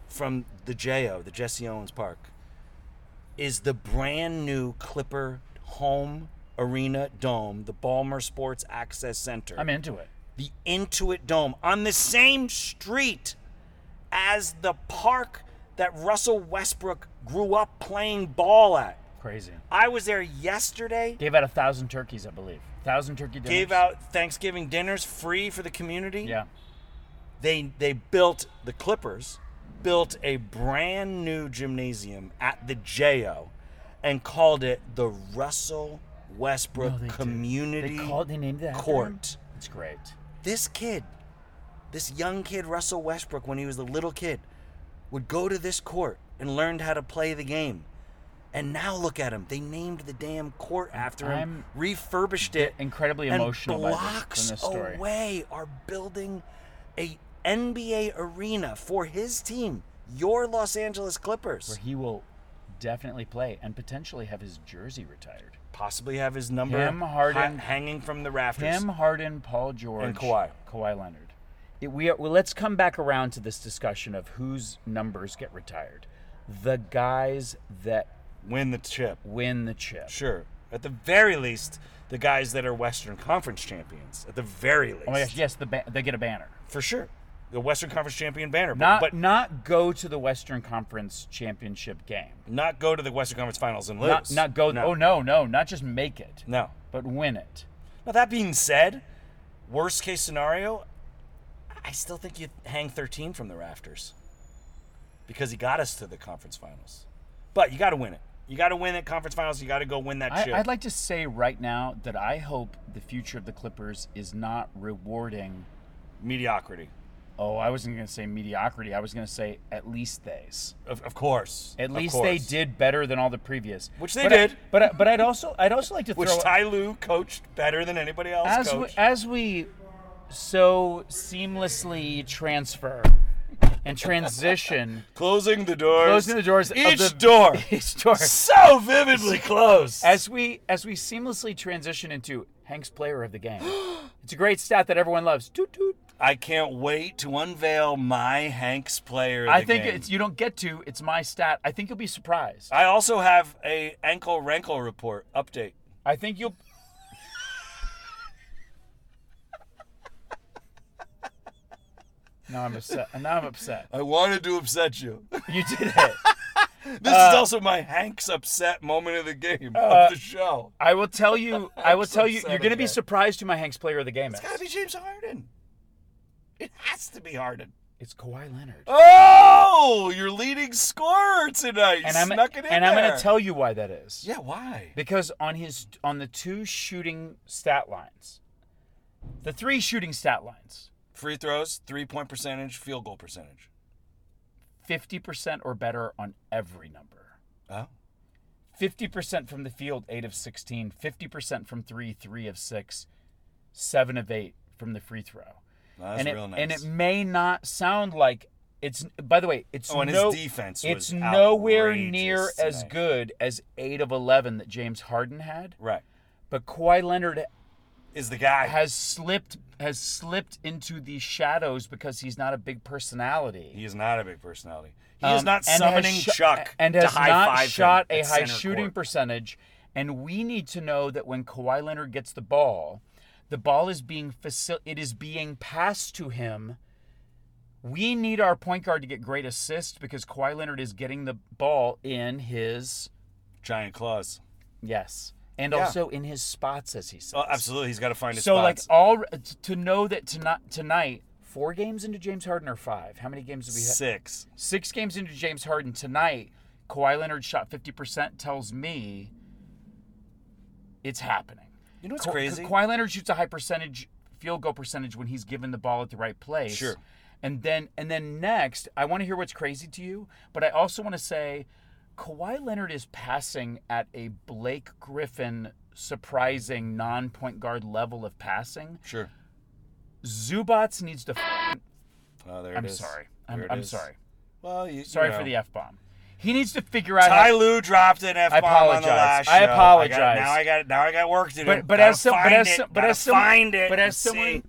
Speaker 1: from the JO, the Jesse Owens Park, is the brand new Clipper home arena dome, the Balmer Sports Access Center,
Speaker 2: I'm into it.
Speaker 1: the Intuit Dome, on the same street as the park that Russell Westbrook grew up playing ball at.
Speaker 2: Crazy.
Speaker 1: I was there yesterday.
Speaker 2: Gave out a thousand turkeys, I believe. Thousand turkey dinners.
Speaker 1: Gave out Thanksgiving dinners free for the community.
Speaker 2: Yeah.
Speaker 1: they they built the Clippers built a brand new gymnasium at the JO and called it the Russell Westbrook
Speaker 2: they did.
Speaker 1: Community
Speaker 2: They called. They named it after him?
Speaker 1: Court.
Speaker 2: It's great.
Speaker 1: This kid, this young kid, Russell Westbrook, when he was a little kid, would go to this court and learned how to play the game. And now look at him. They named the damn court after him,
Speaker 2: I'm
Speaker 1: refurbished it,
Speaker 2: Incredibly
Speaker 1: and
Speaker 2: emotional by this-
Speaker 1: blocks
Speaker 2: from this story.
Speaker 1: away are building a NBA arena for his team, your Los Angeles Clippers.
Speaker 2: Where he will definitely play and potentially have his jersey retired.
Speaker 1: Possibly have his number
Speaker 2: Him,
Speaker 1: ha-
Speaker 2: Harden-
Speaker 1: hanging from the rafters.
Speaker 2: Him, Harden, Paul George,
Speaker 1: And Kawhi.
Speaker 2: Kawhi Leonard. It- we are, well, let's come back around to this discussion of whose numbers get retired. The guys that
Speaker 1: Win the chip.
Speaker 2: win the chip.
Speaker 1: Sure. At the very least, the guys that are Western Conference champions. At the very least.
Speaker 2: Oh my gosh! Yes, the ba- they get a banner.
Speaker 1: For sure. The Western Conference champion banner. but-
Speaker 2: Not
Speaker 1: but
Speaker 2: not go to the Western Conference Championship game.
Speaker 1: not go to the Western Conference finals and lose.
Speaker 2: Not not go.
Speaker 1: No.
Speaker 2: Oh no no! Not just make it,
Speaker 1: No.
Speaker 2: but win it.
Speaker 1: Now, that being said, worst case scenario, I still think you hang 13 from the rafters because he got us to the conference finals. But you got to win it. You got to win at conference finals. You got to go win that
Speaker 2: I,
Speaker 1: shit.
Speaker 2: I'd like to say right now that I hope the future of the Clippers is not rewarding.
Speaker 1: mediocrity.
Speaker 2: Oh, I wasn't going to say mediocrity. I was going to say at least they's.
Speaker 1: Of, of course.
Speaker 2: At
Speaker 1: Of
Speaker 2: least they
Speaker 1: course.
Speaker 2: did better than all the previous.
Speaker 1: Which they
Speaker 2: But I-
Speaker 1: did.
Speaker 2: but I, but I'd also I'd also like to throw
Speaker 1: Which Ty Lue coached better than anybody else
Speaker 2: as we,
Speaker 1: coached.
Speaker 2: as we so seamlessly transfer and transition
Speaker 1: closing the doors.
Speaker 2: closing the doors
Speaker 1: Each
Speaker 2: of the,
Speaker 1: door.
Speaker 2: each door
Speaker 1: so vividly closed.
Speaker 2: as we as we seamlessly transition into Hank's player of the game. It's a great stat that everyone loves. Toot toot.
Speaker 1: I can't wait to unveil my Hanks player. of
Speaker 2: I
Speaker 1: the
Speaker 2: think
Speaker 1: game.
Speaker 2: it's you don't get to. It's my stat. I think you'll be surprised.
Speaker 1: I also have a ankle rankle report update.
Speaker 2: I think you'll. now I'm upset. Now I'm upset.
Speaker 1: I wanted to upset you.
Speaker 2: You did it.
Speaker 1: This
Speaker 2: Uh,
Speaker 1: is also my Hanks upset moment of the game of the show.
Speaker 2: I will tell you. I will
Speaker 1: I'm so
Speaker 2: tell you.
Speaker 1: upset
Speaker 2: You're going to be
Speaker 1: again.
Speaker 2: surprised who my Hanks player of the game is.
Speaker 1: It's gotta be James Harden. It has to be Harden.
Speaker 2: It's Kawhi Leonard.
Speaker 1: Oh, your leading scorer tonight. You
Speaker 2: and I'm
Speaker 1: snuck it in
Speaker 2: and I'm going
Speaker 1: there.
Speaker 2: to tell you why that is.
Speaker 1: Yeah, why?
Speaker 2: Because on his on the two shooting stat lines, the three shooting stat lines,
Speaker 1: Free throws, three point percentage, field goal percentage.
Speaker 2: fifty percent or better on every number.
Speaker 1: Oh.
Speaker 2: 50% from the field, 8 of 16, 50% from 3, 3 of 6, 7 of 8 from the free throw.
Speaker 1: That's
Speaker 2: and it,
Speaker 1: real nice.
Speaker 2: and it may not sound like it's by the way, it's
Speaker 1: Oh, and his
Speaker 2: no,
Speaker 1: defense was
Speaker 2: it's nowhere near
Speaker 1: outrageous
Speaker 2: as
Speaker 1: tonight.
Speaker 2: good as 8 of 11 that James Harden had,
Speaker 1: right.
Speaker 2: but Kawhi Leonard
Speaker 1: Is the guy
Speaker 2: has slipped has slipped into the shadows because he's not a big personality.
Speaker 1: He is not a big personality. He
Speaker 2: Um,
Speaker 1: is not
Speaker 2: and has
Speaker 1: summoning
Speaker 2: sho-
Speaker 1: Chuck
Speaker 2: and
Speaker 1: to
Speaker 2: has not
Speaker 1: high-five him
Speaker 2: shot a
Speaker 1: at
Speaker 2: high
Speaker 1: center
Speaker 2: shooting
Speaker 1: court.
Speaker 2: percentage. And we need to know that when Kawhi Leonard gets the ball, the ball is being facil- it is being passed to him. We need our point guard to get great assists because Kawhi Leonard is getting the ball in his
Speaker 1: giant claws.
Speaker 2: yes, and
Speaker 1: Yeah.
Speaker 2: also in his spots as he says.
Speaker 1: Oh, absolutely. He's got to find his
Speaker 2: So
Speaker 1: spots.
Speaker 2: like all to know that tonight tonight four games into James Harden or five. How many games do we have?
Speaker 1: six.
Speaker 2: Six games into James Harden tonight, Kawhi Leonard shot 50% tells me it's happening.
Speaker 1: You know what's
Speaker 2: Ka-
Speaker 1: crazy?
Speaker 2: Kawhi Leonard shoots a high percentage field goal percentage when he's given the ball at the right place.
Speaker 1: Sure.
Speaker 2: And then and then next, I want to hear what's crazy to you, but I also want to say Kawhi Leonard is passing at a Blake Griffin surprising non-point guard level of passing.
Speaker 1: Sure.
Speaker 2: Zubats needs to f-
Speaker 1: Oh, there it
Speaker 2: I'm
Speaker 1: is.
Speaker 2: sorry.
Speaker 1: There
Speaker 2: I'm,
Speaker 1: it
Speaker 2: I'm
Speaker 1: is.
Speaker 2: sorry.
Speaker 1: Well, you,
Speaker 2: Sorry
Speaker 1: you know.
Speaker 2: for the f bomb. He needs to figure out.
Speaker 1: Ty
Speaker 2: how,
Speaker 1: Lue dropped an F bomb on the
Speaker 2: apologize.
Speaker 1: last show.
Speaker 2: I
Speaker 1: got-
Speaker 2: apologize.
Speaker 1: now I got now I got work to do.
Speaker 2: but but
Speaker 1: Gotta
Speaker 2: as some, but
Speaker 1: find
Speaker 2: as
Speaker 1: it.
Speaker 2: some, but
Speaker 1: Gotta
Speaker 2: as someone,
Speaker 1: find it.
Speaker 2: but
Speaker 1: and
Speaker 2: as
Speaker 1: see.
Speaker 2: someone,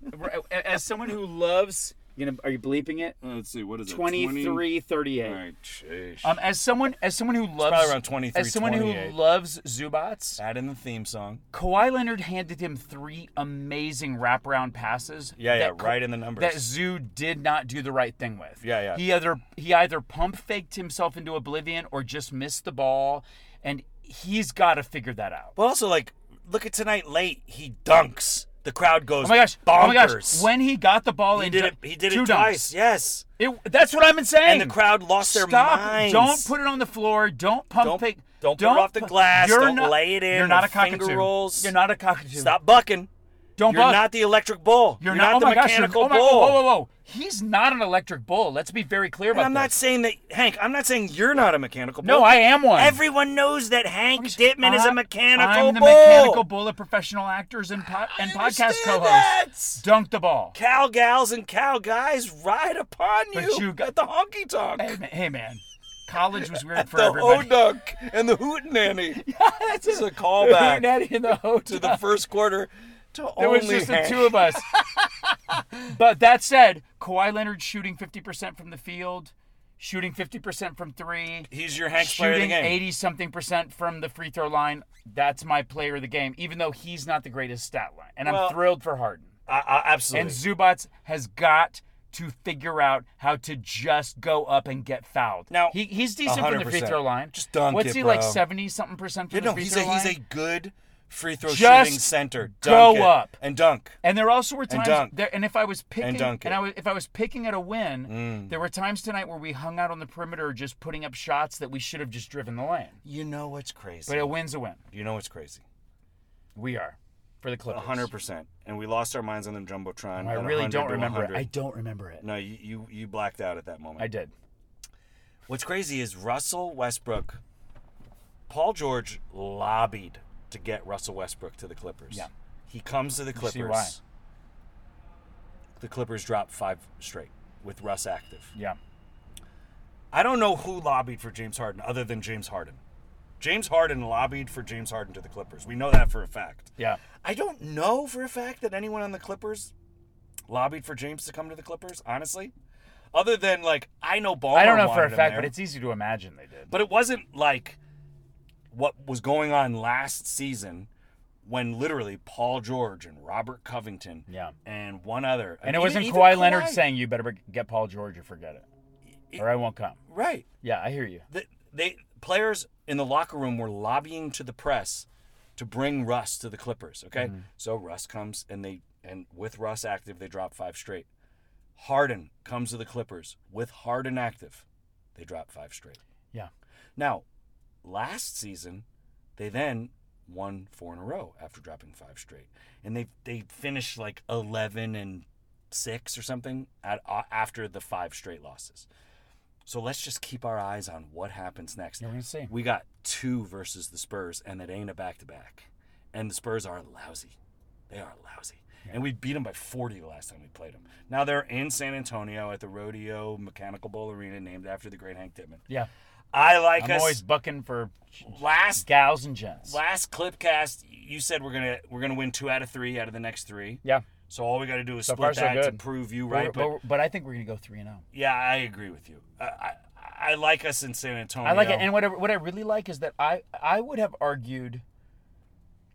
Speaker 2: as someone who loves, you know, are you bleeping it?
Speaker 1: Uh, let's see. What is it?
Speaker 2: 23, 38.
Speaker 1: All right. sheesh.
Speaker 2: Um, as someone, as someone who loves,
Speaker 1: probably around 23,
Speaker 2: as someone
Speaker 1: 28.
Speaker 2: who loves Zubats,
Speaker 1: Add in the theme song.
Speaker 2: Kawhi Leonard handed him three amazing wraparound passes.
Speaker 1: Yeah, yeah,
Speaker 2: that Ka-
Speaker 1: right in the numbers.
Speaker 2: That Zoo did not do the right thing with.
Speaker 1: Yeah, yeah.
Speaker 2: He either he either pump faked himself into oblivion or just missed the ball, and he's got to figure that out.
Speaker 1: But also, like, look at tonight late. He dunks. The crowd goes
Speaker 2: Oh my gosh!
Speaker 1: bonkers.
Speaker 2: Oh my gosh! When he got the ball
Speaker 1: he
Speaker 2: in,
Speaker 1: did
Speaker 2: ju-
Speaker 1: it, he did it
Speaker 2: two
Speaker 1: twice.
Speaker 2: dunks.
Speaker 1: Yes,
Speaker 2: It, that's what I'm saying.
Speaker 1: and the crowd lost
Speaker 2: Stop!
Speaker 1: their minds.
Speaker 2: Don't put it on the floor. Don't pump
Speaker 1: Don't-
Speaker 2: it.
Speaker 1: don't put it off the
Speaker 2: pu-
Speaker 1: glass.
Speaker 2: You're
Speaker 1: Don't
Speaker 2: not,
Speaker 1: lay it in
Speaker 2: You're not
Speaker 1: or
Speaker 2: a cockatoo.
Speaker 1: finger rolls.
Speaker 2: You're not a cockatoo.
Speaker 1: Stop bucking.
Speaker 2: Don't
Speaker 1: You're
Speaker 2: buck.
Speaker 1: not the electric bull.
Speaker 2: You're,
Speaker 1: Oh, not,
Speaker 2: not,
Speaker 1: the
Speaker 2: oh my gosh, you're-
Speaker 1: mechanical
Speaker 2: oh my,
Speaker 1: bull.
Speaker 2: Whoa, whoa, whoa! He's not an electric bull. Let's be very clear
Speaker 1: And
Speaker 2: about
Speaker 1: I'm
Speaker 2: that.
Speaker 1: not saying that Hank. I'm not saying you're not a mechanical bull.
Speaker 2: No, I am one.
Speaker 1: Everyone knows that Hank Dittman is a
Speaker 2: I-
Speaker 1: mechanical
Speaker 2: Uh, I'm the
Speaker 1: bull.
Speaker 2: mechanical bull of professional actors and po- and podcast
Speaker 1: understand
Speaker 2: co-hosts.
Speaker 1: that.
Speaker 2: Dunk the ball.
Speaker 1: Cow gals and cow guys ride upon
Speaker 2: But
Speaker 1: you,
Speaker 2: you got-
Speaker 1: at the honky tonk.
Speaker 2: Hey, ma- hey, man, college was weird for
Speaker 1: the
Speaker 2: everybody.
Speaker 1: Hodunk and the Hootenanny.
Speaker 2: That's
Speaker 1: This is a callback
Speaker 2: Natty in the hotel.
Speaker 1: to the first quarter to
Speaker 2: There
Speaker 1: only
Speaker 2: was just
Speaker 1: Hank.
Speaker 2: the two of us. but that said, Kawhi Leonard shooting 50% from the field, shooting 50% from three,
Speaker 1: He's your Hank player of the
Speaker 2: shooting
Speaker 1: game.
Speaker 2: 80 something percent from the free throw line. That's my player of the game, even though he's not the greatest stat line. And
Speaker 1: Well-
Speaker 2: I'm thrilled for Harden.
Speaker 1: I, I, absolutely.
Speaker 2: And Zubats has got to figure out how to just go up and get fouled.
Speaker 1: Now-
Speaker 2: he, he's decent from the free
Speaker 1: 100%.
Speaker 2: throw line.
Speaker 1: Just dunk
Speaker 2: What's
Speaker 1: it,
Speaker 2: he
Speaker 1: bro.
Speaker 2: like 70 something percent from
Speaker 1: you
Speaker 2: the
Speaker 1: know,
Speaker 2: free
Speaker 1: he's a
Speaker 2: throw line?
Speaker 1: he's a good free throw
Speaker 2: Just
Speaker 1: shooting center.
Speaker 2: go
Speaker 1: Dunk it
Speaker 2: up.
Speaker 1: and dunk.
Speaker 2: And there also were times
Speaker 1: dunk.
Speaker 2: there, and if I was picking, and,
Speaker 1: dunk it. Mm.
Speaker 2: I was, if I was picking at a win, there were times tonight where we hung out on the perimeter, just putting up shots that we should have just driven the lane.
Speaker 1: You know what's crazy?
Speaker 2: But a win's a win.
Speaker 1: you know what's crazy?
Speaker 2: We are for the Clippers.
Speaker 1: hundred percent. And we lost our minds on them jumbotron.
Speaker 2: I
Speaker 1: at
Speaker 2: really
Speaker 1: 100
Speaker 2: don't
Speaker 1: to
Speaker 2: remember it.
Speaker 1: 100.
Speaker 2: I don't remember it.
Speaker 1: No, you, you you blacked out at that moment.
Speaker 2: I did.
Speaker 1: What's crazy is Russell Westbrook. Paul George lobbied to get Russell Westbrook to the Clippers.
Speaker 2: Yeah.
Speaker 1: He comes to the
Speaker 2: You
Speaker 1: Clippers.
Speaker 2: see why.
Speaker 1: The Clippers drop five straight with Russ active.
Speaker 2: Yeah.
Speaker 1: I don't know who lobbied for James Harden other than James Harden. James Harden lobbied for James Harden to the Clippers. We know that for a fact.
Speaker 2: Yeah.
Speaker 1: I don't know for a fact that anyone on the Clippers lobbied for James to come to the Clippers, honestly. Other than like I know Ballmer
Speaker 2: I don't know for
Speaker 1: wanted
Speaker 2: a
Speaker 1: him
Speaker 2: fact,
Speaker 1: there.
Speaker 2: but it's easy to imagine they did.
Speaker 1: But it wasn't like what was going on last season when literally Paul George and Robert Covington
Speaker 2: Yeah.
Speaker 1: and one other
Speaker 2: And it
Speaker 1: even-
Speaker 2: wasn't
Speaker 1: even
Speaker 2: Kawhi Leonard saying, "You better get Paul George or forget it, or I won't come."
Speaker 1: right.
Speaker 2: Yeah, I hear you.
Speaker 1: They, they players in the locker room were lobbying to the press to bring Russ to the Clippers. Okay, so Russ comes and they and with Russ active, they drop five straight. Harden comes to the Clippers with Harden active, they drop five straight.
Speaker 2: Yeah.
Speaker 1: Now, last season, they then won four in a row after dropping five straight, and they they finished like eleven and six or something at, uh, after the five straight losses. So let's just keep our eyes on what happens next.
Speaker 2: You're gonna see.
Speaker 1: We got two versus the Spurs, and it ain't a back to back. And the Spurs are lousy. They are lousy. And we beat them by 40 the last time we played them. Now they're in San Antonio at the Rodeo Mechanical Bowl Arena, named after the great Hank Dittman.
Speaker 2: Yeah.
Speaker 1: I like
Speaker 2: I'm
Speaker 1: us.
Speaker 2: always bucking for
Speaker 1: last
Speaker 2: gals and gents.
Speaker 1: last clipcast, you said we're gonna we're gonna win two out of three out of the next three.
Speaker 2: Yeah.
Speaker 1: So all we got to do is
Speaker 2: So far,
Speaker 1: split
Speaker 2: so
Speaker 1: that to
Speaker 2: good.
Speaker 1: prove you right.
Speaker 2: But,
Speaker 1: But,
Speaker 2: but, but I think we're gonna go three and oh. zero.
Speaker 1: yeah, I agree with you. I, I I like us in San Antonio.
Speaker 2: I like it, and whatever. What I really like is that I I would have argued.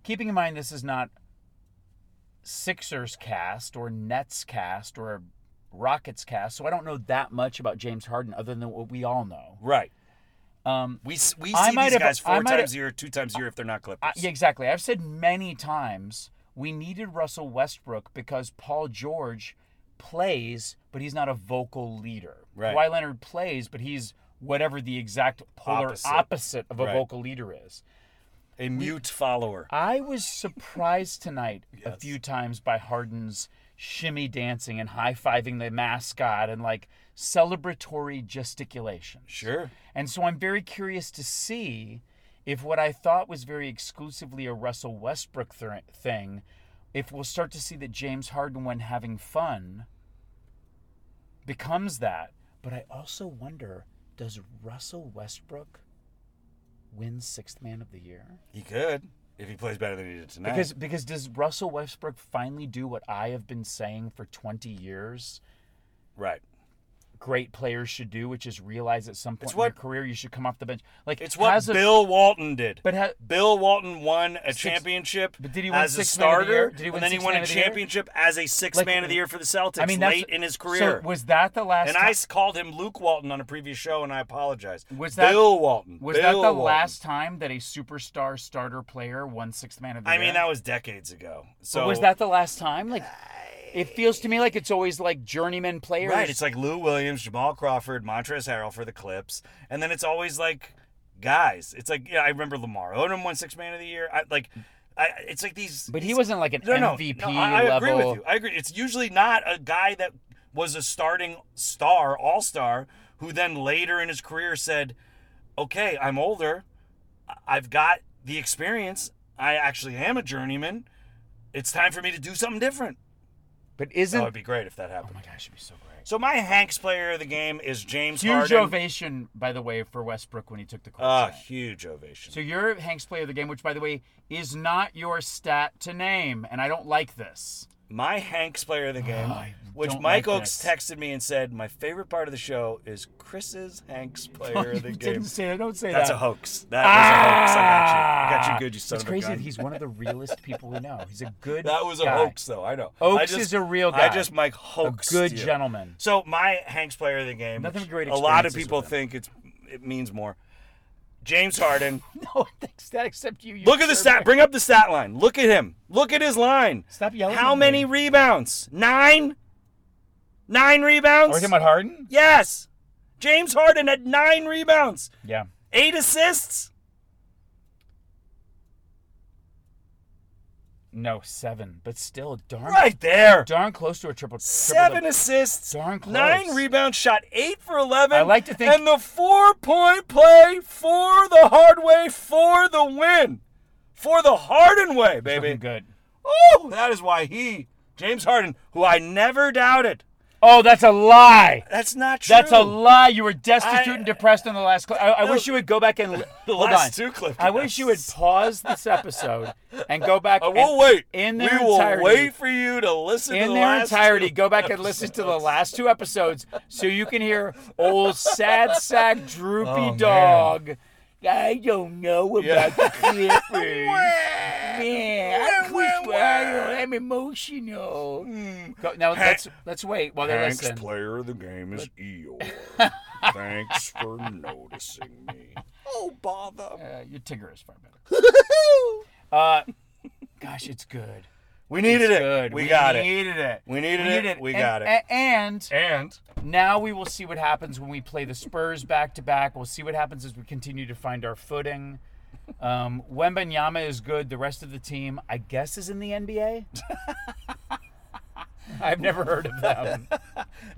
Speaker 2: Keeping in mind this is not Sixers cast or Nets cast or Rockets cast, so I don't know that much about James Harden other than what we all know.
Speaker 1: right.
Speaker 2: Um,
Speaker 1: We s- we see
Speaker 2: I might
Speaker 1: these
Speaker 2: have-
Speaker 1: guys
Speaker 2: I
Speaker 1: four
Speaker 2: might have-
Speaker 1: times a year, two times a year if they're not Clippers.
Speaker 2: I, yeah, exactly. I've said many times we needed Russell Westbrook because Paul George plays, but he's not a vocal leader.
Speaker 1: Right.
Speaker 2: Kawhi Leonard plays, but he's whatever the exact polar
Speaker 1: Opposite.
Speaker 2: opposite, of a
Speaker 1: Right.
Speaker 2: vocal leader is.
Speaker 1: A mute follower.
Speaker 2: I was surprised tonight a few times by Harden's shimmy dancing and high fiving the mascot and like celebratory gesticulation.
Speaker 1: Sure.
Speaker 2: And so I'm very curious to see if what I thought was very exclusively a Russell Westbrook thr- thing, if we'll start to see that James Harden, when having fun, becomes that. But I also wonder does Russell Westbrook win sixth man of the year?
Speaker 1: He could if he plays better than he did tonight.
Speaker 2: Because because does Russell Westbrook finally do what I have been saying for 20 years?
Speaker 1: right.
Speaker 2: great players should do, which is realize at some point
Speaker 1: It's what-
Speaker 2: in your career you should come off the bench. Like
Speaker 1: It's what
Speaker 2: Haza-
Speaker 1: Bill Walton did.
Speaker 2: But ha-
Speaker 1: Bill Walton won a
Speaker 2: Six-
Speaker 1: championship
Speaker 2: but did he win
Speaker 1: as a
Speaker 2: sixth man of the year?
Speaker 1: starter,
Speaker 2: Did he win
Speaker 1: and then he
Speaker 2: sixth
Speaker 1: won
Speaker 2: man
Speaker 1: a
Speaker 2: of the year?
Speaker 1: championship as a six
Speaker 2: Like,
Speaker 1: man of the year for the Celtics
Speaker 2: I mean, that's-
Speaker 1: late in his
Speaker 2: so
Speaker 1: career.
Speaker 2: was that the last?
Speaker 1: and
Speaker 2: ti-
Speaker 1: I s- called him Luke Walton on a previous show, and I apologize.
Speaker 2: Was that-
Speaker 1: Bill Walton?
Speaker 2: was
Speaker 1: Bill
Speaker 2: that the
Speaker 1: Walton.
Speaker 2: last time that a superstar starter player won sixth man of the
Speaker 1: I
Speaker 2: year?
Speaker 1: mean, that was decades ago. So
Speaker 2: But was that the last time? Like, it feels to me like it's always like journeyman players.
Speaker 1: Right, it's like Lou Williams, Jamal Crawford, Montrezl Harrell for the Clips, and then it's always like guys. It's like yeah, I remember Lamar Odom won Six Man of the Year. I like, I it's like these.
Speaker 2: but he
Speaker 1: these-
Speaker 2: wasn't like an
Speaker 1: no, no,
Speaker 2: MVP
Speaker 1: no, I, I
Speaker 2: level.
Speaker 1: agree with you. I agree. It's usually not a guy that was a starting star, all star, who then later in his career said, "Okay, I'm older. I- I've got the experience. I actually am a journeyman. It's time for me to do something different."
Speaker 2: But
Speaker 1: That
Speaker 2: isn't?
Speaker 1: would Oh, be great if that happened.
Speaker 2: my gosh, it'd be so great.
Speaker 1: So my Hanks player of the game is James
Speaker 2: Huge
Speaker 1: Harden.
Speaker 2: ovation, by the way, for Westbrook when he took the court.
Speaker 1: Ah,
Speaker 2: tonight.
Speaker 1: huge ovation.
Speaker 2: So your Hanks player of the game, which by the way is not your stat to name, and I don't like this.
Speaker 1: my Hanks player of the game,
Speaker 2: Oh, I
Speaker 1: which
Speaker 2: don't
Speaker 1: Mike
Speaker 2: like
Speaker 1: Oakes
Speaker 2: this.
Speaker 1: texted me and said, my favorite part of the show is Chris's Hanks player of the
Speaker 2: You
Speaker 1: game.
Speaker 2: Didn't say that. Don't say
Speaker 1: That's
Speaker 2: that.
Speaker 1: a hoax. That was a hoax. I got you. I got you good. You son
Speaker 2: It's
Speaker 1: of
Speaker 2: crazy
Speaker 1: a gun.
Speaker 2: that he's one of the realest people we know. He's a good.
Speaker 1: that was a
Speaker 2: guy.
Speaker 1: hoax, though. I know. I
Speaker 2: Oakes
Speaker 1: just,
Speaker 2: is a real
Speaker 1: I
Speaker 2: guy.
Speaker 1: just Mike
Speaker 2: A
Speaker 1: hoaxed
Speaker 2: good
Speaker 1: you.
Speaker 2: gentleman.
Speaker 1: So my Hanks player of the game.
Speaker 2: Nothing
Speaker 1: which
Speaker 2: but great
Speaker 1: A lot of
Speaker 2: experiences
Speaker 1: people
Speaker 2: with him.
Speaker 1: think it's it means more. James Harden.
Speaker 2: No, thanks. That except you. you
Speaker 1: Look at the
Speaker 2: serve
Speaker 1: stat.
Speaker 2: me.
Speaker 1: Bring up the stat line. Look at him. Look at his line.
Speaker 2: Stop yelling.
Speaker 1: How
Speaker 2: at me.
Speaker 1: many rebounds? Nine? Nine
Speaker 2: Are we
Speaker 1: rebounds?
Speaker 2: talking about Harden?
Speaker 1: yes. James Harden had nine rebounds,
Speaker 2: Yeah.
Speaker 1: eight assists.
Speaker 2: No, seven. But still, darn.
Speaker 1: Right there.
Speaker 2: Darn close to a triple. triple
Speaker 1: Seven
Speaker 2: double.
Speaker 1: assists.
Speaker 2: Darn close.
Speaker 1: Nine rebounds, shot eight for 11.
Speaker 2: I like to think-
Speaker 1: And the four point play for the hard way, for the win. For the Harden way,
Speaker 2: Looking
Speaker 1: baby.
Speaker 2: Good.
Speaker 1: Oh, that is why he, James Harden, who I never doubted.
Speaker 2: Oh, that's a lie.
Speaker 1: That's not true.
Speaker 2: That's a lie. You were destitute
Speaker 1: I-
Speaker 2: and depressed on the last. Cl- I, I
Speaker 1: No.
Speaker 2: wish you would go back and li-
Speaker 1: The
Speaker 2: hold
Speaker 1: last
Speaker 2: on.
Speaker 1: two clip
Speaker 2: I wish you would
Speaker 1: casts.
Speaker 2: pause this episode and go back.
Speaker 1: Uh, we'll
Speaker 2: and-
Speaker 1: wait.
Speaker 2: in
Speaker 1: we
Speaker 2: their
Speaker 1: will
Speaker 2: entirety.
Speaker 1: wait for you to listen to
Speaker 2: in
Speaker 1: the
Speaker 2: their
Speaker 1: last
Speaker 2: entirety.
Speaker 1: two
Speaker 2: Go back and listen to the
Speaker 1: episodes.
Speaker 2: last two episodes so you can hear old sad sack droopy
Speaker 1: Oh, man.
Speaker 2: dog. I don't know about
Speaker 1: Yeah.
Speaker 2: the Clippers. man, I'm, whisper- I'm emotional. Go, now let's let's wait while they
Speaker 1: Hmm. Hank's
Speaker 2: listen.
Speaker 1: player of the game is Eeyore. Thanks for noticing me. Oh bother.
Speaker 2: Uh, your Tigger is far better. uh, gosh, it's good.
Speaker 1: We needed it.
Speaker 2: Good.
Speaker 1: We, got it.
Speaker 2: Needed it.
Speaker 1: We needed it. We
Speaker 2: And-
Speaker 1: got it.
Speaker 2: a- And
Speaker 1: And
Speaker 2: now we will see what happens when we play the Spurs back to back. We'll see what happens as we continue to find our footing. Um, Wembenyama is good. The rest of the team, I guess, is in the NBA. I've never heard of them.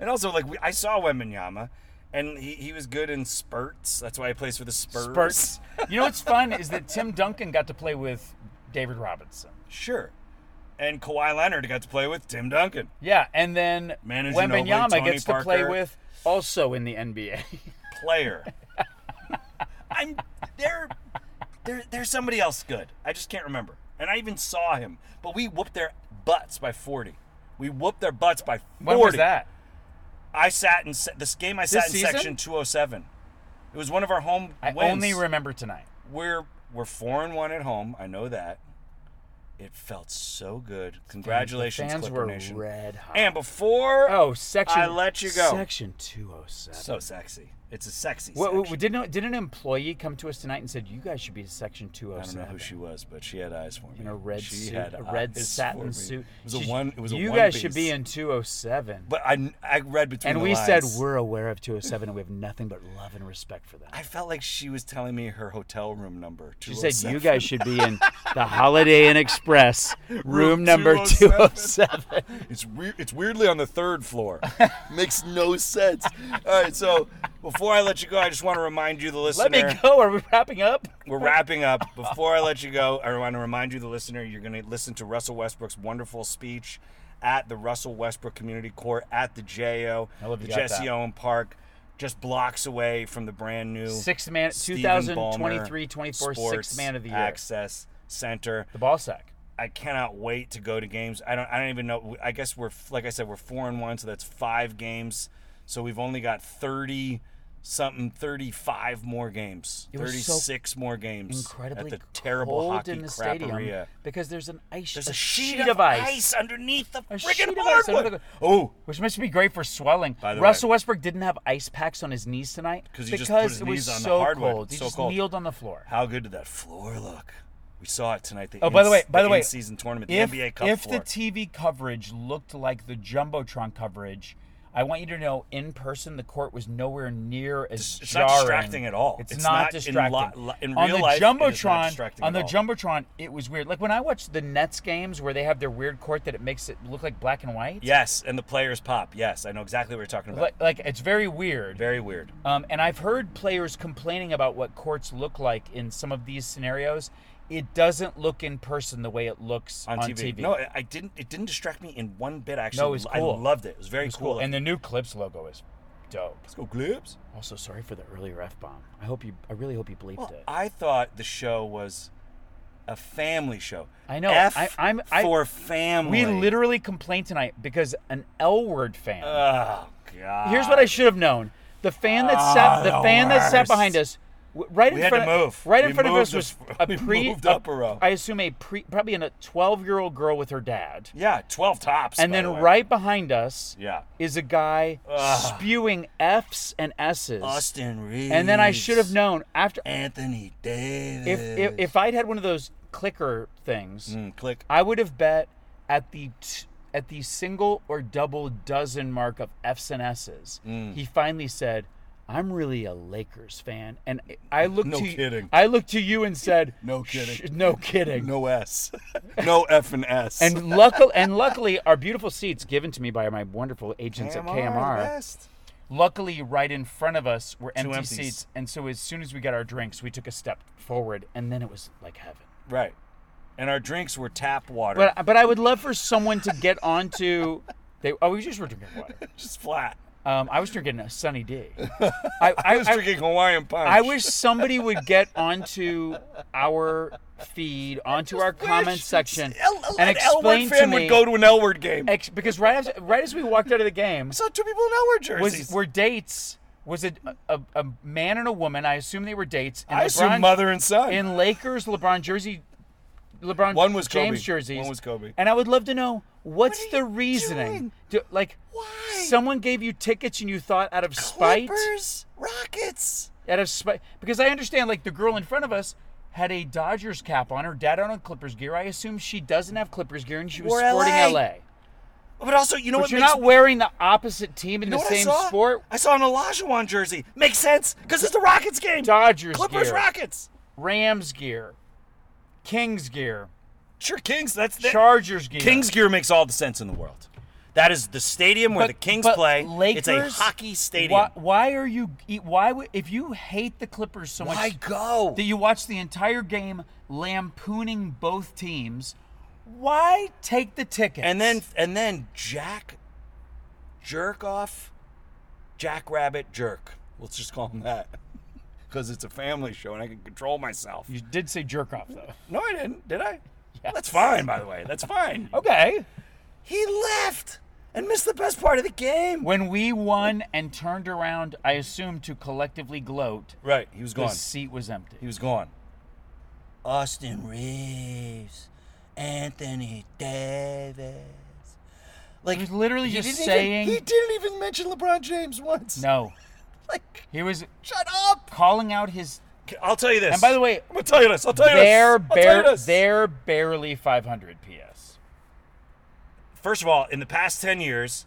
Speaker 1: and also like we, I saw Wembenyama, and he, he was good in spurts. That's why he plays for the Spurs.
Speaker 2: Spurs. You know what's fun is that Tim Duncan got to play with David Robinson.
Speaker 1: Sure. And Kawhi Leonard got to play with Tim Duncan.
Speaker 2: Yeah, and then
Speaker 1: Manu Ginobili,
Speaker 2: Wembenyama
Speaker 1: Tony
Speaker 2: gets to play
Speaker 1: Parker.
Speaker 2: with also in the NBA.
Speaker 1: player. I'm there. There, there's somebody else good. I just can't remember. And I even saw him, but we whooped their butts by 40. We whooped their butts by 40.
Speaker 2: When was that?
Speaker 1: I sat in se- this game. I sat in
Speaker 2: season?
Speaker 1: section 207. It was one of our home
Speaker 2: I
Speaker 1: wins.
Speaker 2: only remember tonight.
Speaker 1: we're we're four and one at home. I know that. It felt so good. Congratulations,
Speaker 2: fans
Speaker 1: Clipper
Speaker 2: were
Speaker 1: Nation.
Speaker 2: red hot.
Speaker 1: And before,
Speaker 2: Oh, section.
Speaker 1: I let you go.
Speaker 2: Section 207.
Speaker 1: so sexy. It's a sexy.
Speaker 2: What,
Speaker 1: section.
Speaker 2: what, didn't did an employee come to us tonight and said you guys should be section
Speaker 1: I don't
Speaker 2: 207?
Speaker 1: know who she was, but she had eyes for me.
Speaker 2: in a red
Speaker 1: she
Speaker 2: suit,
Speaker 1: had
Speaker 2: a red
Speaker 1: eyes for
Speaker 2: satin
Speaker 1: me.
Speaker 2: suit.
Speaker 1: It was a
Speaker 2: She-
Speaker 1: one. It was a
Speaker 2: you
Speaker 1: one
Speaker 2: guys should
Speaker 1: piece.
Speaker 2: be in 207.
Speaker 1: But I, I read between.
Speaker 2: and
Speaker 1: the
Speaker 2: we said
Speaker 1: lines.
Speaker 2: we're aware of 207 and we have nothing but love and respect for that.
Speaker 1: I felt like she was telling me her hotel room number.
Speaker 2: She said you
Speaker 1: 207.
Speaker 2: guys should be in the Holiday Inn Express room number 207.
Speaker 1: It's weird. It's weirdly on the third floor. Makes no sense. All right, so before I let you go, I just want to remind you, the listener.
Speaker 2: Let me go. Are we wrapping up?
Speaker 1: We're wrapping up. Before I let you go, I want to remind you, the listener, you're going to listen to Russell Westbrook's wonderful speech at the Russell Westbrook Community Court at the JO,
Speaker 2: I love
Speaker 1: the
Speaker 2: you got
Speaker 1: Jesse
Speaker 2: that.
Speaker 1: Owen Park, just blocks away from the brand new
Speaker 2: Sixth man,
Speaker 1: Stephen
Speaker 2: 2023
Speaker 1: Ballmer
Speaker 2: 24
Speaker 1: Sports
Speaker 2: sixth man of the year.
Speaker 1: Access Center.
Speaker 2: The ball sack.
Speaker 1: I cannot wait to go to games. I don't. I don't even know. I guess we're like I said, we're four and one, so that's five games So we've only got 30 something 35 more games.
Speaker 2: It was so
Speaker 1: 36 more games
Speaker 2: Incredibly
Speaker 1: at the terrible
Speaker 2: cold
Speaker 1: hockey
Speaker 2: in the stadium
Speaker 1: crapperia.
Speaker 2: because there's an ice.
Speaker 1: There's a,
Speaker 2: sheet, of ice.
Speaker 1: underneath the
Speaker 2: A sheet
Speaker 1: friggin'
Speaker 2: of ice under
Speaker 1: hardwood.
Speaker 2: the-
Speaker 1: Oh,
Speaker 2: Which must be great for swelling.
Speaker 1: By the
Speaker 2: Russell
Speaker 1: way-
Speaker 2: Westbrook didn't have ice packs on his knees tonight
Speaker 1: 'Cause he
Speaker 2: because
Speaker 1: just put his
Speaker 2: it was
Speaker 1: knees on the
Speaker 2: so
Speaker 1: hardwood.
Speaker 2: cold. He
Speaker 1: So
Speaker 2: just
Speaker 1: cold.
Speaker 2: kneeled on the floor.
Speaker 1: how good did that floor look? We saw it tonight. The
Speaker 2: Oh, by the way,
Speaker 1: in-
Speaker 2: by the way,
Speaker 1: in-season tournament, the
Speaker 2: if,
Speaker 1: NBA Cup
Speaker 2: if
Speaker 1: floor.
Speaker 2: the TV coverage looked like the jumbotron coverage, I want you to know in person the court was nowhere near as
Speaker 1: It's- it's not
Speaker 2: jarring.
Speaker 1: distracting at all.
Speaker 2: It's,
Speaker 1: It's
Speaker 2: not,
Speaker 1: not in
Speaker 2: distracting.
Speaker 1: li- in
Speaker 2: on
Speaker 1: real
Speaker 2: the
Speaker 1: life, it is not
Speaker 2: jumbotron,
Speaker 1: distracting
Speaker 2: on the
Speaker 1: at all.
Speaker 2: jumbotron, it was weird. Like when I watched the Nets games where they have their weird court that it makes it look like black and white.
Speaker 1: yes, and the players pop. Yes, I know exactly what you're talking about.
Speaker 2: Like, like it's very weird.
Speaker 1: Very weird.
Speaker 2: Um, and I've heard players complaining about what courts look like in some of these scenarios. It doesn't look in person the way it looks on, TV.
Speaker 1: No, I- I didn't. It didn't distract me in one bit. Actually,
Speaker 2: No, it was cool.
Speaker 1: I loved it. It was very
Speaker 2: It's
Speaker 1: cool.
Speaker 2: And the new Clips logo is dope.
Speaker 1: let's go Glibs.
Speaker 2: Also, sorry for the earlier f bomb. I hope you. I really hope you bleeped
Speaker 1: Well,
Speaker 2: it.
Speaker 1: I thought the show was a family show.
Speaker 2: I know.
Speaker 1: F
Speaker 2: I- I'm- I-
Speaker 1: for family.
Speaker 2: we literally complained tonight because an L word fan.
Speaker 1: Oh God.
Speaker 2: Here's what I should have known: the fan that
Speaker 1: Ah,
Speaker 2: sat, the,
Speaker 1: the
Speaker 2: fan that sat
Speaker 1: worst.
Speaker 2: behind us, w- right
Speaker 1: We
Speaker 2: in
Speaker 1: had
Speaker 2: front,
Speaker 1: to
Speaker 2: of-
Speaker 1: move.
Speaker 2: right in
Speaker 1: We
Speaker 2: front of
Speaker 1: moved
Speaker 2: us was
Speaker 1: us-
Speaker 2: a
Speaker 1: we
Speaker 2: pre,
Speaker 1: moved up a row.
Speaker 2: I assume a pre, probably an, a 12-year-old girl with her dad,
Speaker 1: Yeah, twelve tops.
Speaker 2: and
Speaker 1: by
Speaker 2: then
Speaker 1: the way.
Speaker 2: right behind us
Speaker 1: Yeah.
Speaker 2: is a guy
Speaker 1: Ugh.
Speaker 2: spewing f's and s's.
Speaker 1: Austin Reeves.
Speaker 2: And then I should have known after
Speaker 1: Anthony Davis.
Speaker 2: if if, if I'd had one of those clicker things,
Speaker 1: Mm, click.
Speaker 2: I would have bet at the t- at the single or double dozen mark of F's and S's.
Speaker 1: Mm.
Speaker 2: He finally said, "I'm really a Lakers fan," and I looked
Speaker 1: No
Speaker 2: to y-
Speaker 1: kidding.
Speaker 2: I looked to you and said,
Speaker 1: No
Speaker 2: "Sh-
Speaker 1: kidding.
Speaker 2: no kidding."
Speaker 1: No S. no F and S.
Speaker 2: And luckily, and luckily, our beautiful seats given to me by my wonderful agents at KMR. Luckily, right in front of us were empty
Speaker 1: empties.
Speaker 2: seats, and so as soon as we got our drinks, we took a step forward, and then it was like heaven.
Speaker 1: Right. And our drinks were tap water.
Speaker 2: But but I would love for someone to get onto. They oh, we just were drinking water.
Speaker 1: just flat.
Speaker 2: Um, I was drinking a Sunny D. I I, I,
Speaker 1: I was drinking Hawaiian punch.
Speaker 2: I wish somebody would get onto our feed, onto our comment section, and explain
Speaker 1: fan
Speaker 2: to me
Speaker 1: would go to an L word game. I
Speaker 2: ex- because right after, right as we walked out of the game
Speaker 1: saw two people in L word jerseys.
Speaker 2: was were dates was it a, a, a man and a woman? I assume they were dates. And
Speaker 1: I assume
Speaker 2: LeBron-
Speaker 1: mother and son.
Speaker 2: in Lakers LeBron jersey. LeBron
Speaker 1: One was
Speaker 2: James
Speaker 1: Kobe.
Speaker 2: jerseys.
Speaker 1: One was Kobe.
Speaker 2: And I would love to know what's
Speaker 1: What are
Speaker 2: the
Speaker 1: you
Speaker 2: reasoning?
Speaker 1: doing?
Speaker 2: Do, like,
Speaker 1: Why?
Speaker 2: someone gave you tickets and you thought out of spite,
Speaker 1: Clippers, Rockets.
Speaker 2: out of spite, because I understand like the girl in front of us had a Dodgers cap on, her dad out on Clippers gear. I assume she doesn't have Clippers gear and she was
Speaker 1: Wore
Speaker 2: sporting
Speaker 1: LA.
Speaker 2: LA.
Speaker 1: But also, you know
Speaker 2: but
Speaker 1: what
Speaker 2: you're
Speaker 1: makes
Speaker 2: not wearing the opposite team in
Speaker 1: you know
Speaker 2: the
Speaker 1: what
Speaker 2: same
Speaker 1: I saw?
Speaker 2: sport.
Speaker 1: I saw an Olajuwon jersey. Makes sense because it's the Rockets game.
Speaker 2: Dodgers
Speaker 1: Clippers,
Speaker 2: gear,
Speaker 1: Rockets.
Speaker 2: Rams gear, Kings gear,
Speaker 1: Sure, Kings. That's the
Speaker 2: Chargers gear.
Speaker 1: Kings gear makes all the sense in the world. That is the stadium where
Speaker 2: But-
Speaker 1: the Kings
Speaker 2: but
Speaker 1: play. it's a
Speaker 2: Lakers,
Speaker 1: hockey stadium.
Speaker 2: Why, why are you? e, Why would if you hate the Clippers so much
Speaker 1: Why go?
Speaker 2: that you watch the entire game lampooning both teams? Why take the tickets
Speaker 1: and then and then Jack jerk off Jackrabbit jerk. Let's just call him that. Because it's a family show and I can control myself.
Speaker 2: you did say jerk off though?
Speaker 1: No, I didn't, did I?
Speaker 2: Yes.
Speaker 1: That's fine, by the way. That's fine.
Speaker 2: Okay.
Speaker 1: He left and missed the best part of the game.
Speaker 2: When we won and turned around, I assume to collectively gloat,
Speaker 1: Right, he was
Speaker 2: the
Speaker 1: gone.
Speaker 2: seat was empty.
Speaker 1: He was gone. Austin Reeves, Anthony Davis. Like
Speaker 2: He was literally
Speaker 1: he
Speaker 2: just
Speaker 1: didn't
Speaker 2: saying-
Speaker 1: Even, he didn't even mention LeBron James once.
Speaker 2: no,
Speaker 1: Like,
Speaker 2: he was
Speaker 1: shut up.
Speaker 2: calling out his.
Speaker 1: I'll tell you this.
Speaker 2: And by the way,
Speaker 1: I'm gonna tell you this. I'll tell you
Speaker 2: they're
Speaker 1: this. I'll tell you
Speaker 2: bare,
Speaker 1: this.
Speaker 2: they're barely 500 PS.
Speaker 1: First of all, in the past ten years,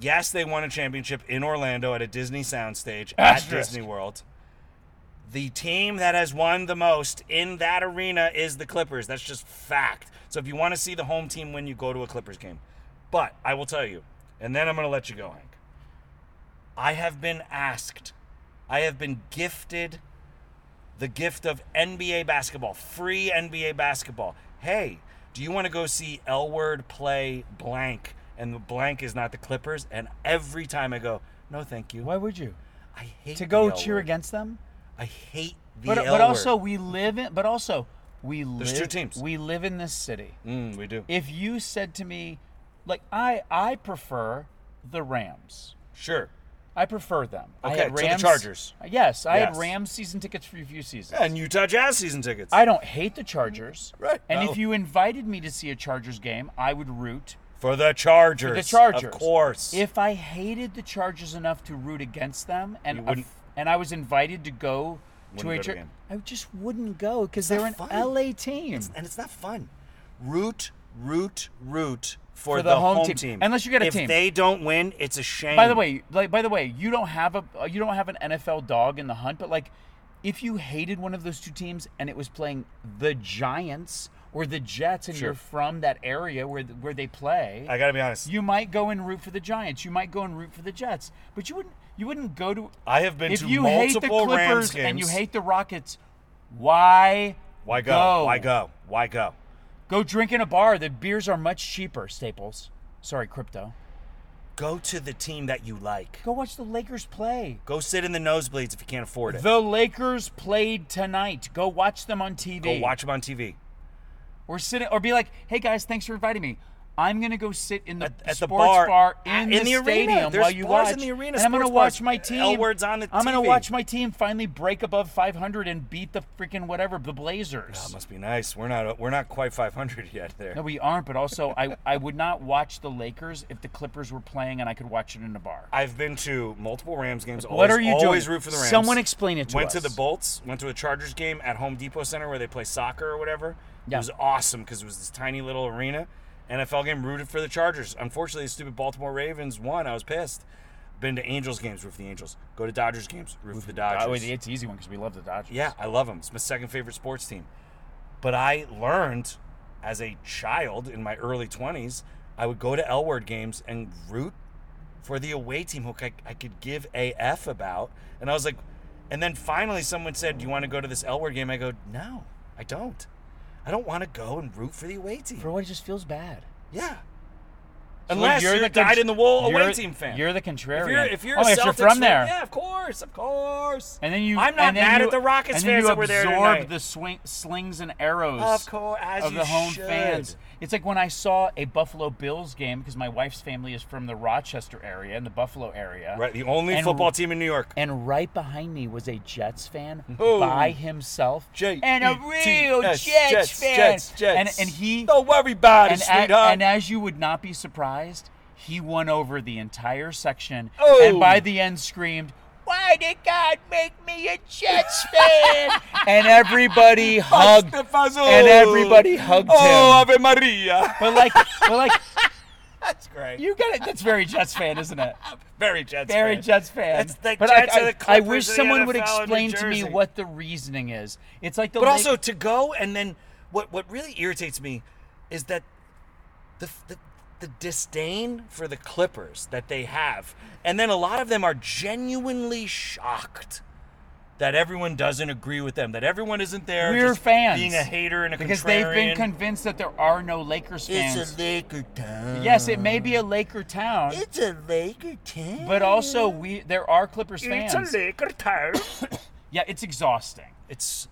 Speaker 1: yes, they won a championship in Orlando at a Disney soundstage at
Speaker 2: Asterisk.
Speaker 1: Disney World. The team that has won the most in that arena is the Clippers. That's just fact. So if you want to see the home team win, you go to a Clippers game. But I will tell you, and then I'm going to let you go, Hank. I have been asked, I have been gifted the gift of NBA basketball, free NBA basketball. Hey, do you want to go see L Word play blank? And the blank is not the Clippers. And every time I go, no, thank you.
Speaker 2: Why would you?
Speaker 1: I hate
Speaker 2: To go
Speaker 1: the L
Speaker 2: cheer
Speaker 1: word.
Speaker 2: against them?
Speaker 1: I hate the
Speaker 2: but
Speaker 1: L
Speaker 2: but also
Speaker 1: word.
Speaker 2: we live in but also we live
Speaker 1: There's two teams.
Speaker 2: we live in this city
Speaker 1: Mm, we do.
Speaker 2: if you said to me like i i prefer the rams
Speaker 1: Sure.
Speaker 2: I prefer them. I
Speaker 1: Okay,
Speaker 2: had
Speaker 1: to the
Speaker 2: Rams-
Speaker 1: Chargers.
Speaker 2: Yes, I
Speaker 1: Yes.
Speaker 2: had Rams season tickets for a few seasons.
Speaker 1: and Utah Jazz season tickets.
Speaker 2: I don't hate the Chargers.
Speaker 1: Right,
Speaker 2: And
Speaker 1: no.
Speaker 2: if you invited me to see a Chargers game, I would root
Speaker 1: for the Chargers.
Speaker 2: for the Chargers.
Speaker 1: Of course.
Speaker 2: If I hated the Chargers enough to root against them
Speaker 1: You
Speaker 2: and
Speaker 1: wouldn't-
Speaker 2: if- and I was invited to go to
Speaker 1: Wouldn't go
Speaker 2: a
Speaker 1: to
Speaker 2: Char-
Speaker 1: game.
Speaker 2: I just wouldn't go because
Speaker 1: It's
Speaker 2: they're
Speaker 1: not fun.
Speaker 2: an LA team.
Speaker 1: It's- and it's not fun. Root, root, root for,
Speaker 2: For the home team. Unless you get a
Speaker 1: if
Speaker 2: team.
Speaker 1: If they don't win, it's a shame.
Speaker 2: By the way, like by the way, you don't have a uh, you don't have an NFL dog in the hunt, but like if you hated one of those two teams and it was playing the Giants or the Jets and
Speaker 1: Sure.
Speaker 2: you're from that area where th- where they play,
Speaker 1: I gotta be honest.
Speaker 2: you might go and root for the Giants. You might go and root for the Jets, but you wouldn't you wouldn't go to
Speaker 1: I have been
Speaker 2: if
Speaker 1: to
Speaker 2: you hate the
Speaker 1: multiple
Speaker 2: Clippers
Speaker 1: Rams games.
Speaker 2: and you hate the Rockets, why
Speaker 1: why go? Why go? Why go?
Speaker 2: Go drink in a bar. The beers are much cheaper, Staples. Sorry, crypto.
Speaker 1: Go to the team that you like.
Speaker 2: Go watch the Lakers play.
Speaker 1: Go sit in the nosebleeds if you can't afford it.
Speaker 2: The Lakers played tonight. Go watch them on TV.
Speaker 1: Go watch them on TV.
Speaker 2: Or sit or be like, hey guys, thanks for inviting me. I'm gonna go sit in the
Speaker 1: At- at the
Speaker 2: sports
Speaker 1: bar,
Speaker 2: bar,
Speaker 1: at-
Speaker 2: in,
Speaker 1: in
Speaker 2: the,
Speaker 1: the arena.
Speaker 2: stadium
Speaker 1: There's
Speaker 2: while you
Speaker 1: bars
Speaker 2: watch.
Speaker 1: in the arena,
Speaker 2: and I'm gonna
Speaker 1: sports
Speaker 2: watch
Speaker 1: bars.
Speaker 2: my team.
Speaker 1: L words on the
Speaker 2: I'm gonna
Speaker 1: TV.
Speaker 2: watch my team finally break above 500 and beat the freaking whatever the Blazers.
Speaker 1: That Ah, must be nice. We're not we're not quite 500 yet there.
Speaker 2: No, we aren't. But also, I I would not watch the Lakers if the Clippers were playing and I could watch it in a bar.
Speaker 1: I've been to multiple Rams games.
Speaker 2: What
Speaker 1: always,
Speaker 2: are you doing?
Speaker 1: always root for the Rams.
Speaker 2: Someone explain it to
Speaker 1: went
Speaker 2: us.
Speaker 1: to the Bolts. Went to a Chargers game at Home Depot Center where they play soccer or whatever. It
Speaker 2: Yeah.
Speaker 1: was awesome because it was this tiny little arena. NFL game rooted for the Chargers. Unfortunately, the stupid Baltimore Ravens won. I was pissed. Been to Angels games, root for the Angels. Go to Dodgers games, root for the Dodgers.
Speaker 2: Oh, it's an easy one because we love the Dodgers.
Speaker 1: Yeah, I love them. It's my second favorite sports team. But I learned as a child in my early 20s, I would go to L Word games and root for the away team who I, I could give a F about. And I was like, and then finally someone said, Do you want to go to this L Word game? I go, No, I don't. I don't want to go and root for the away team.
Speaker 2: For what it just feels bad.
Speaker 1: yeah.
Speaker 2: So
Speaker 1: Unless you're,
Speaker 2: the
Speaker 1: died
Speaker 2: cont-
Speaker 1: in the wool away
Speaker 2: you're-
Speaker 1: team fan.
Speaker 2: You're the contrarian.
Speaker 1: If you're, if you're,
Speaker 2: oh,
Speaker 1: a
Speaker 2: yes, you're
Speaker 1: Celtics
Speaker 2: from
Speaker 1: fan-
Speaker 2: there.
Speaker 1: yeah, of course, of course.
Speaker 2: And then you.
Speaker 1: I'm not
Speaker 2: and then
Speaker 1: mad
Speaker 2: you-
Speaker 1: at the Rockets
Speaker 2: and then
Speaker 1: fans
Speaker 2: you
Speaker 1: that were there
Speaker 2: absorb
Speaker 1: tonight.
Speaker 2: the swing, slings and arrows.
Speaker 1: Of course, as
Speaker 2: of
Speaker 1: you
Speaker 2: the home
Speaker 1: should.
Speaker 2: fans. It's like when I saw a Buffalo Bills game because my wife's family is from the Rochester area and the Buffalo area.
Speaker 1: Right, the only
Speaker 2: And-
Speaker 1: football team in New York.
Speaker 2: And right behind me was a Jets fan
Speaker 1: Oh.
Speaker 2: by himself,
Speaker 1: J
Speaker 2: and a
Speaker 1: E T
Speaker 2: real
Speaker 1: S,
Speaker 2: Jets, fan.
Speaker 1: Jets, Jets.
Speaker 2: And, and he
Speaker 1: Don't worry about it,
Speaker 2: and, a-
Speaker 1: sweetheart.
Speaker 2: and as you would not be surprised, he won over the entire section
Speaker 1: Oh.
Speaker 2: and by the end screamed, Why did God make me a Jets fan? and everybody hugged.
Speaker 1: Pasta fazool.
Speaker 2: And everybody hugged
Speaker 1: Oh, Ave
Speaker 2: him.
Speaker 1: Maria.
Speaker 2: But like, but like,
Speaker 1: That's great.
Speaker 2: you got it. That's very Jets fan, isn't it?
Speaker 1: very Jets.
Speaker 2: Very
Speaker 1: fan.
Speaker 2: Jets fan.
Speaker 1: That's the
Speaker 2: but
Speaker 1: Jets
Speaker 2: I,
Speaker 1: are
Speaker 2: I,
Speaker 1: the
Speaker 2: I
Speaker 1: Clippers
Speaker 2: wish
Speaker 1: of the
Speaker 2: someone would
Speaker 1: NFL in New
Speaker 2: explain to me
Speaker 1: Jersey.
Speaker 2: what the reasoning is. It's like the
Speaker 1: But
Speaker 2: Lake-
Speaker 1: also to go and then what what really irritates me is that the, the the disdain for the Clippers that they have, and then a lot of them are genuinely shocked that everyone doesn't agree with them, that everyone isn't there.
Speaker 2: we're
Speaker 1: just
Speaker 2: fans
Speaker 1: being a hater and a
Speaker 2: because they've
Speaker 1: contrarian.
Speaker 2: been convinced that there are no Lakers fans.
Speaker 1: Laker town.
Speaker 2: Yes, it may be a Laker town,
Speaker 1: It's a Laker town.
Speaker 2: but also we there are Clippers fans.
Speaker 1: it's a Laker town.
Speaker 2: yeah, it's exhausting.
Speaker 1: it's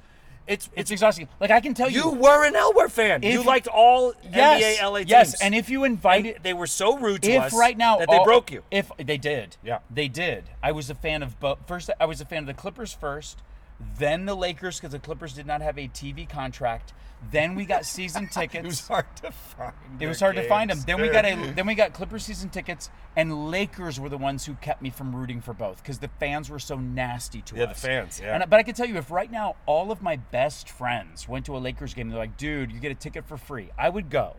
Speaker 1: it's
Speaker 2: It's exhausting. Like I can tell
Speaker 1: you
Speaker 2: you,
Speaker 1: were an Elwer fan.
Speaker 2: If-
Speaker 1: you liked all
Speaker 2: yes,
Speaker 1: NBA LA teams.
Speaker 2: yes, and if you
Speaker 1: And
Speaker 2: invited,
Speaker 1: they were so rude to
Speaker 2: if
Speaker 1: us
Speaker 2: right now
Speaker 1: that they
Speaker 2: all-
Speaker 1: broke you.
Speaker 2: if they did,
Speaker 1: Yeah.
Speaker 2: they did. I was a fan of both. First, I was a fan of the Clippers first, then the Lakers because the Clippers did not have a TV contract. Then we got season
Speaker 1: It
Speaker 2: tickets.
Speaker 1: was hard to find.
Speaker 2: It was hard to find them. Then we got a then we got Clippers season tickets, and Lakers were the ones who kept me from rooting for both because the fans were so nasty to
Speaker 1: Yeah, the
Speaker 2: us.
Speaker 1: fans, yeah.
Speaker 2: And, but I can tell you, if right now all of my best friends went to a Lakers game, they're like, "Dude, you get a ticket for free," I would go.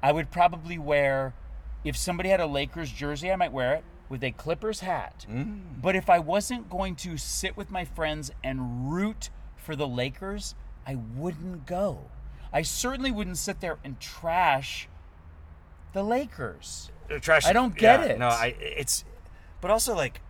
Speaker 2: I would probably wear, if somebody had a Lakers jersey, I might wear it with a Clippers hat.
Speaker 1: Mm.
Speaker 2: But if I wasn't going to sit with my friends and root for the Lakers, I wouldn't go. I certainly wouldn't sit there and trash the Lakers.
Speaker 1: trash.
Speaker 2: I don't get
Speaker 1: yeah,
Speaker 2: it.
Speaker 1: No, I it's but also like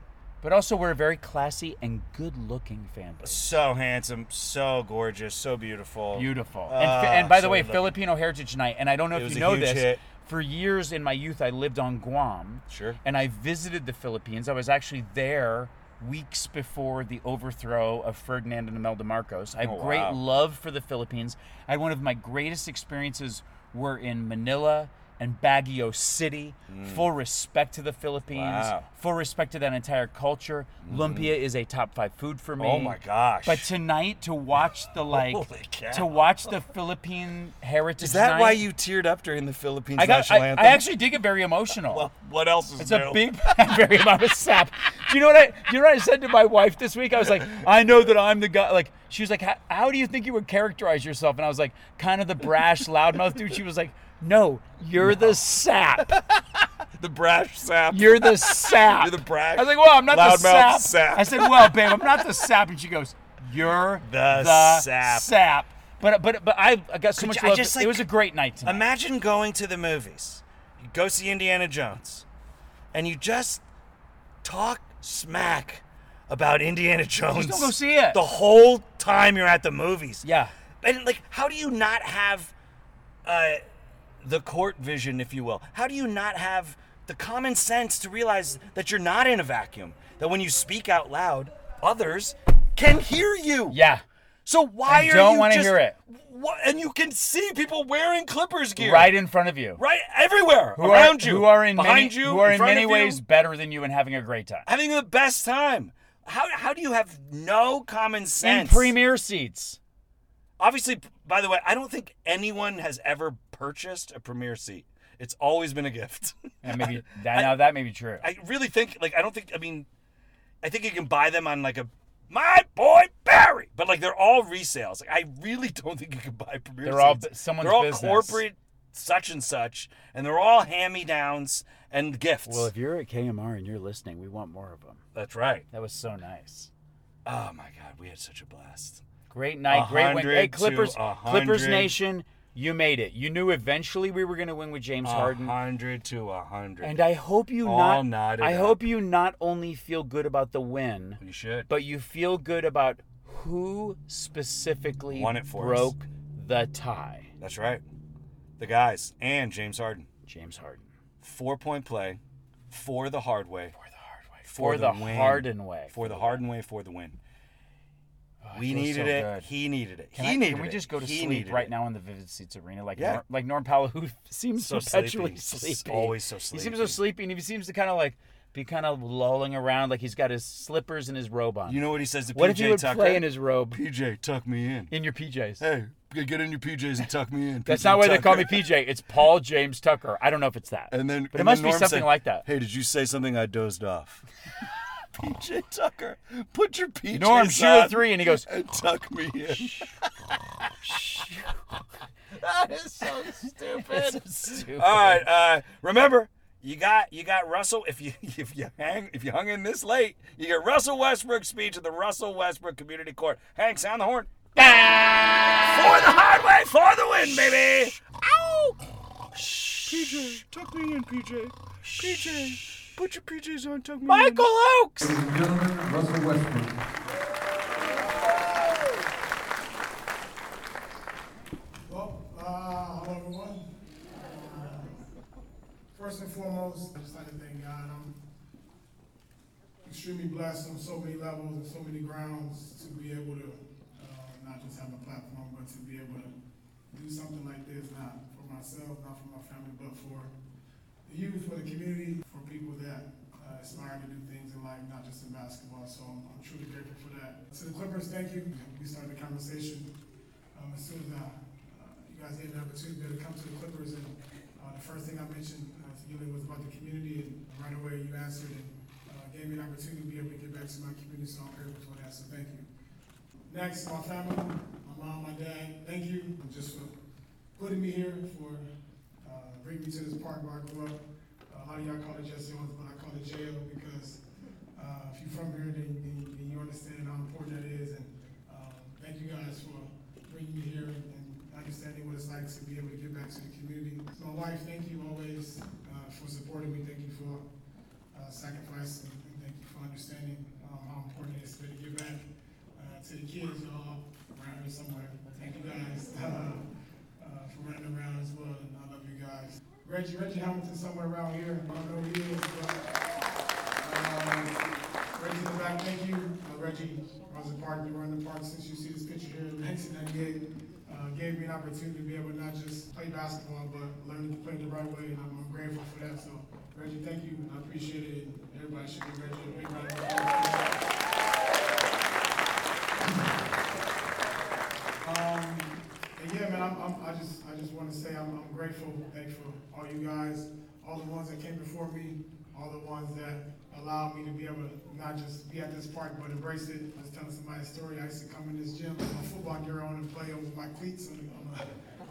Speaker 2: But also, we're a very classy and good-looking fan base.
Speaker 1: so handsome, so gorgeous, so beautiful.
Speaker 2: Beautiful.
Speaker 1: Ah,
Speaker 2: and, and by the
Speaker 1: so
Speaker 2: way,
Speaker 1: lovely.
Speaker 2: Filipino Heritage Night, and I don't know
Speaker 1: It
Speaker 2: if
Speaker 1: was
Speaker 2: you
Speaker 1: a
Speaker 2: know
Speaker 1: huge
Speaker 2: this.
Speaker 1: hit.
Speaker 2: For years in my youth, I lived on Guam.
Speaker 1: Sure.
Speaker 2: And I visited the Philippines. I was actually there weeks before the overthrow of Ferdinand and Imelda Marcos. I have
Speaker 1: Oh,
Speaker 2: great
Speaker 1: wow.
Speaker 2: love for the Philippines. I had one of my greatest experiences were in Manila and Baguio City. Full respect to the Philippines.
Speaker 1: Mm. Wow. Mm.
Speaker 2: Full respect to that entire culture. Lumpia is a top five food for me.
Speaker 1: Oh my gosh.
Speaker 2: But tonight to watch the like
Speaker 1: Holy cow.
Speaker 2: to watch the Philippine heritage.
Speaker 1: Is that
Speaker 2: night,
Speaker 1: why you teared up during the Philippines
Speaker 2: I got.
Speaker 1: national
Speaker 2: I,
Speaker 1: anthem?
Speaker 2: I actually did get very emotional.
Speaker 1: Well, Oh, what else is
Speaker 2: It's
Speaker 1: new?
Speaker 2: a big very amount of sap. Do you know what I? Do you know what I said to my wife this week? I was like, I know that I'm the guy. Like, she was like, how, how do you think you would characterize yourself? And I was like, kind of the brash, loudmouth dude. She was like, No, you're the sap.
Speaker 1: the brash sap.
Speaker 2: You're the sap.
Speaker 1: You're the brash,
Speaker 2: I was like, Well, I'm not the
Speaker 1: loudmouth
Speaker 2: sap.
Speaker 1: sap.
Speaker 2: I said, Well, babe, I'm not the sap. And she goes, You're
Speaker 1: The sap.
Speaker 2: sap. But but but I, I got so
Speaker 1: Could
Speaker 2: much
Speaker 1: you- I
Speaker 2: love.
Speaker 1: just,
Speaker 2: it
Speaker 1: like,
Speaker 2: was a great night tonight.
Speaker 1: Imagine going to the movies. You go see Indiana Jones, and you just talk smack about Indiana Jones.
Speaker 2: don't go see it.
Speaker 1: The whole time you're at the movies.
Speaker 2: yeah.
Speaker 1: And like, how do you not have uh, the court vision, if you will? How do you not have the common sense to realize that you're not in a vacuum? That when you speak out loud, others can hear you.
Speaker 2: Yeah.
Speaker 1: So why
Speaker 2: I
Speaker 1: are
Speaker 2: don't
Speaker 1: you
Speaker 2: wanna
Speaker 1: just-
Speaker 2: hear it.
Speaker 1: Wha- and you can see people wearing Clippers gear
Speaker 2: Right in front of you.
Speaker 1: right everywhere
Speaker 2: who
Speaker 1: around
Speaker 2: are,
Speaker 1: you,
Speaker 2: who are in
Speaker 1: behind
Speaker 2: many,
Speaker 1: you,
Speaker 2: who are in,
Speaker 1: front
Speaker 2: many
Speaker 1: of you,
Speaker 2: ways better than you and having a great time
Speaker 1: having the best time. How how do you have no common
Speaker 2: in
Speaker 1: sense?
Speaker 2: premier seats.
Speaker 1: Obviously, by the way, I don't think anyone has ever purchased a premiere seat. It's always been a gift.
Speaker 2: And maybe that now that may be true.
Speaker 1: I really think like I don't think I mean, I think you can buy them on like a my boy Barry, but like they're all resales. Like I really don't think you can buy premiere
Speaker 2: They're all
Speaker 1: seats.
Speaker 2: bu- someone's
Speaker 1: they're all
Speaker 2: business.
Speaker 1: corporate such and such, and they're all hand me downs and gifts.
Speaker 2: you're at KMR and you're listening, we want more of them.
Speaker 1: That's right.
Speaker 2: That was so nice.
Speaker 1: Oh my God, we had such a blast.
Speaker 2: Great night, great win.
Speaker 1: 100
Speaker 2: Hey,
Speaker 1: to
Speaker 2: Clippers, Clippers
Speaker 1: 100.
Speaker 2: Nation, you made it. You knew eventually we were going to win with James Harden.
Speaker 1: hundred to hundred.
Speaker 2: And I hope you
Speaker 1: All
Speaker 2: not
Speaker 1: knotted
Speaker 2: I
Speaker 1: up.
Speaker 2: hope you not only feel good about the win,
Speaker 1: you should.
Speaker 2: but you feel good about who specifically
Speaker 1: Won it for us.
Speaker 2: broke the tie.
Speaker 1: That's right. The guys and James Harden.
Speaker 2: James Harden.
Speaker 1: Four point play for the hard way. For the hard way.
Speaker 2: For the Harden way.
Speaker 1: For the Harden way for the win. we
Speaker 2: feels
Speaker 1: needed
Speaker 2: Oh, so
Speaker 1: it.
Speaker 2: good.
Speaker 1: He needed it.
Speaker 2: Can,
Speaker 1: he
Speaker 2: I,
Speaker 1: needed
Speaker 2: can we
Speaker 1: it.
Speaker 2: just go to
Speaker 1: He
Speaker 2: sleep
Speaker 1: needed
Speaker 2: right
Speaker 1: it.
Speaker 2: now in the Vivid Seats Arena, like
Speaker 1: Yeah.
Speaker 2: Nor, like Norm Powell, who seems
Speaker 1: So
Speaker 2: perpetually
Speaker 1: sleepy.
Speaker 2: sleepy.
Speaker 1: He's always so
Speaker 2: He seems so sleepy, and he seems to kind of like be kind of lolling around, like he's got his slippers and his robe on.
Speaker 1: You know what he says to
Speaker 2: what
Speaker 1: PJ
Speaker 2: if he would
Speaker 1: Tucker?
Speaker 2: play in his robe,
Speaker 1: PJ, tuck me in.
Speaker 2: in your PJs?
Speaker 1: Hey, get in your PJs and tuck me in.
Speaker 2: That's
Speaker 1: PJ
Speaker 2: not why they call me
Speaker 1: Tucker.
Speaker 2: PJ. It's Paul James Tucker. I don't know if it's that.
Speaker 1: And then,
Speaker 2: but it
Speaker 1: and
Speaker 2: must
Speaker 1: then
Speaker 2: be
Speaker 1: Norm
Speaker 2: something
Speaker 1: said,
Speaker 2: like that.
Speaker 1: Hey, did you say something? I dozed off. PJ Tucker, put your PJs
Speaker 2: Norm, shoot a
Speaker 1: on
Speaker 2: three, and he goes,
Speaker 1: and tuck me in. that is so stupid.
Speaker 2: stupid.
Speaker 1: All right, uh, remember you got you got Russell. If you if you hang if you hung in this late, you get Russell Westbrook's speech at the Russell Westbrook Community Court. Hank, sound the horn. For the hard way, for the win, baby! Ow! PJ, tuck me in, PJ. PJ, put your PJs on, tuck me
Speaker 2: Michael Oaks.
Speaker 3: gentlemen, Russell Westbrook.
Speaker 4: Well, uh, hello everyone. Uh, First and foremost, I just like to thank God. I'm extremely blessed on so many levels and so many grounds to be able to uh, not just have a platform, but to be able to do something like this, not for myself, not for my family, but for the youth, for the community, for people that uh, aspire to do things in life, not just in basketball. So I'm, I'm truly grateful for that. To the Clippers, thank you. We started the conversation um, as soon as I, uh, you guys gave me an opportunity to come to the Clippers, and uh, the first thing I mentioned uh, to Gillian was about the community, and right away you answered and uh, gave me an opportunity to be able to give back to my community, so I'm grateful for that, so thank you. Next, my family, my mom, my dad, thank you just for putting me here, for uh, bringing me to this park where I grew up. A lot of y'all call it Jesse Owens, but I call it jail because uh, if you're from here, then, then, then you understand how important that is. And um, thank you guys for bringing me here and, and understanding what it's like to be able to give back to the community. To my wife, thank you always uh, for supporting me. Thank you for uh, sacrificing, and thank you for understanding um, how important it is to be able to give back uh, to the kids. Y'all around here somewhere. Thank you guys. Uh, uh, for running around as well, and I love you guys. Reggie, Reggie Hamilton somewhere around here. I don't know who he is, but um, Reggie in the back, thank you. Uh, Reggie runs the park. You run the park since you see this picture here in 1998. uh, gave me an opportunity to be able to not just play basketball, but learn to play the right way, and I'm I'm grateful for that. So, Reggie, thank you, and I appreciate it, and everybody should give Reggie a big round of applause. Um, and yeah, man, I'm, I'm, I just, I just want to say I'm, I'm grateful, thankful, all you guys, all the ones that came before me, all the ones that allowed me to be able to not just be at this park, but embrace it. I was telling somebody a story. I used to come in this gym, with my football gear on, and play with my cleats on the, on the,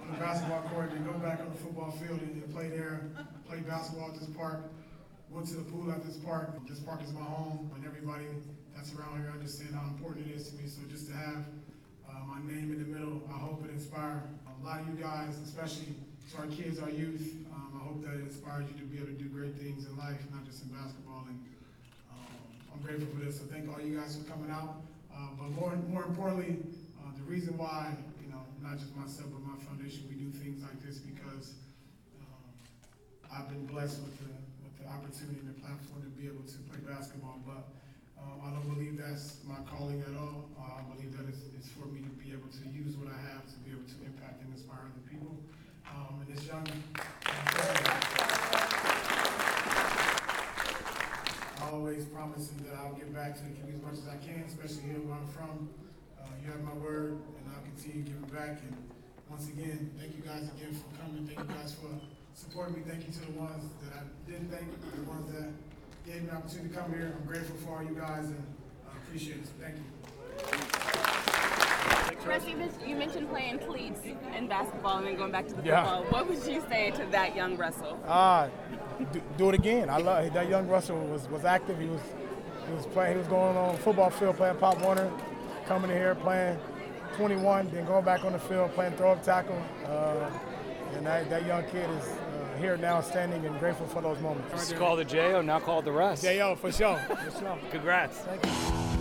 Speaker 4: on the basketball court, and go back on the football field and, and play there, play basketball at this park went to the pool at this park. This park is my home, and everybody that's around here understand how important it is to me. So just to have uh, my name in the middle, I hope it inspires a lot of you guys, especially to our kids, our youth. Um, I hope that it inspires you to be able to do great things in life, not just in basketball. And um, I'm grateful for this. So thank all you guys for coming out. Uh, but more, more importantly, uh, the reason why you know not just myself but my foundation, we do things like this because um, I've been blessed with the, with the opportunity and the platform to be able to play basketball, but um, I don't believe that's my calling at all. Uh, I believe that it's, it's for me to be able to use what I have to be able to impact and inspire other people. Um, and this young. I always promising that I'll get back to the community as much as I can, especially here where I'm from. Uh, you have my word, and I'll continue giving back. And once again, thank you guys again for coming. Thank you guys for supporting me. Thank you to the ones that I didn't thank, the ones that gave me the opportunity to come here. I'm grateful for all you guys, and I appreciate it. So Thank you.
Speaker 5: Chris, you, men- you mentioned playing cleats and basketball and then going back to the
Speaker 6: Yeah.
Speaker 5: football. What would you say to that young Russell?
Speaker 6: Ah, do, do it again. I love that young Russell was, was active. He was he was playing. He was going on the football field playing Pop Warner, coming in here playing 21, then going back on the field playing throw up tackle. Uh, and that, that young kid is uh, here now, standing and grateful for those moments.
Speaker 7: Just call the JO, now call it the rest.
Speaker 6: Yo, for sure, for sure.
Speaker 7: Congrats.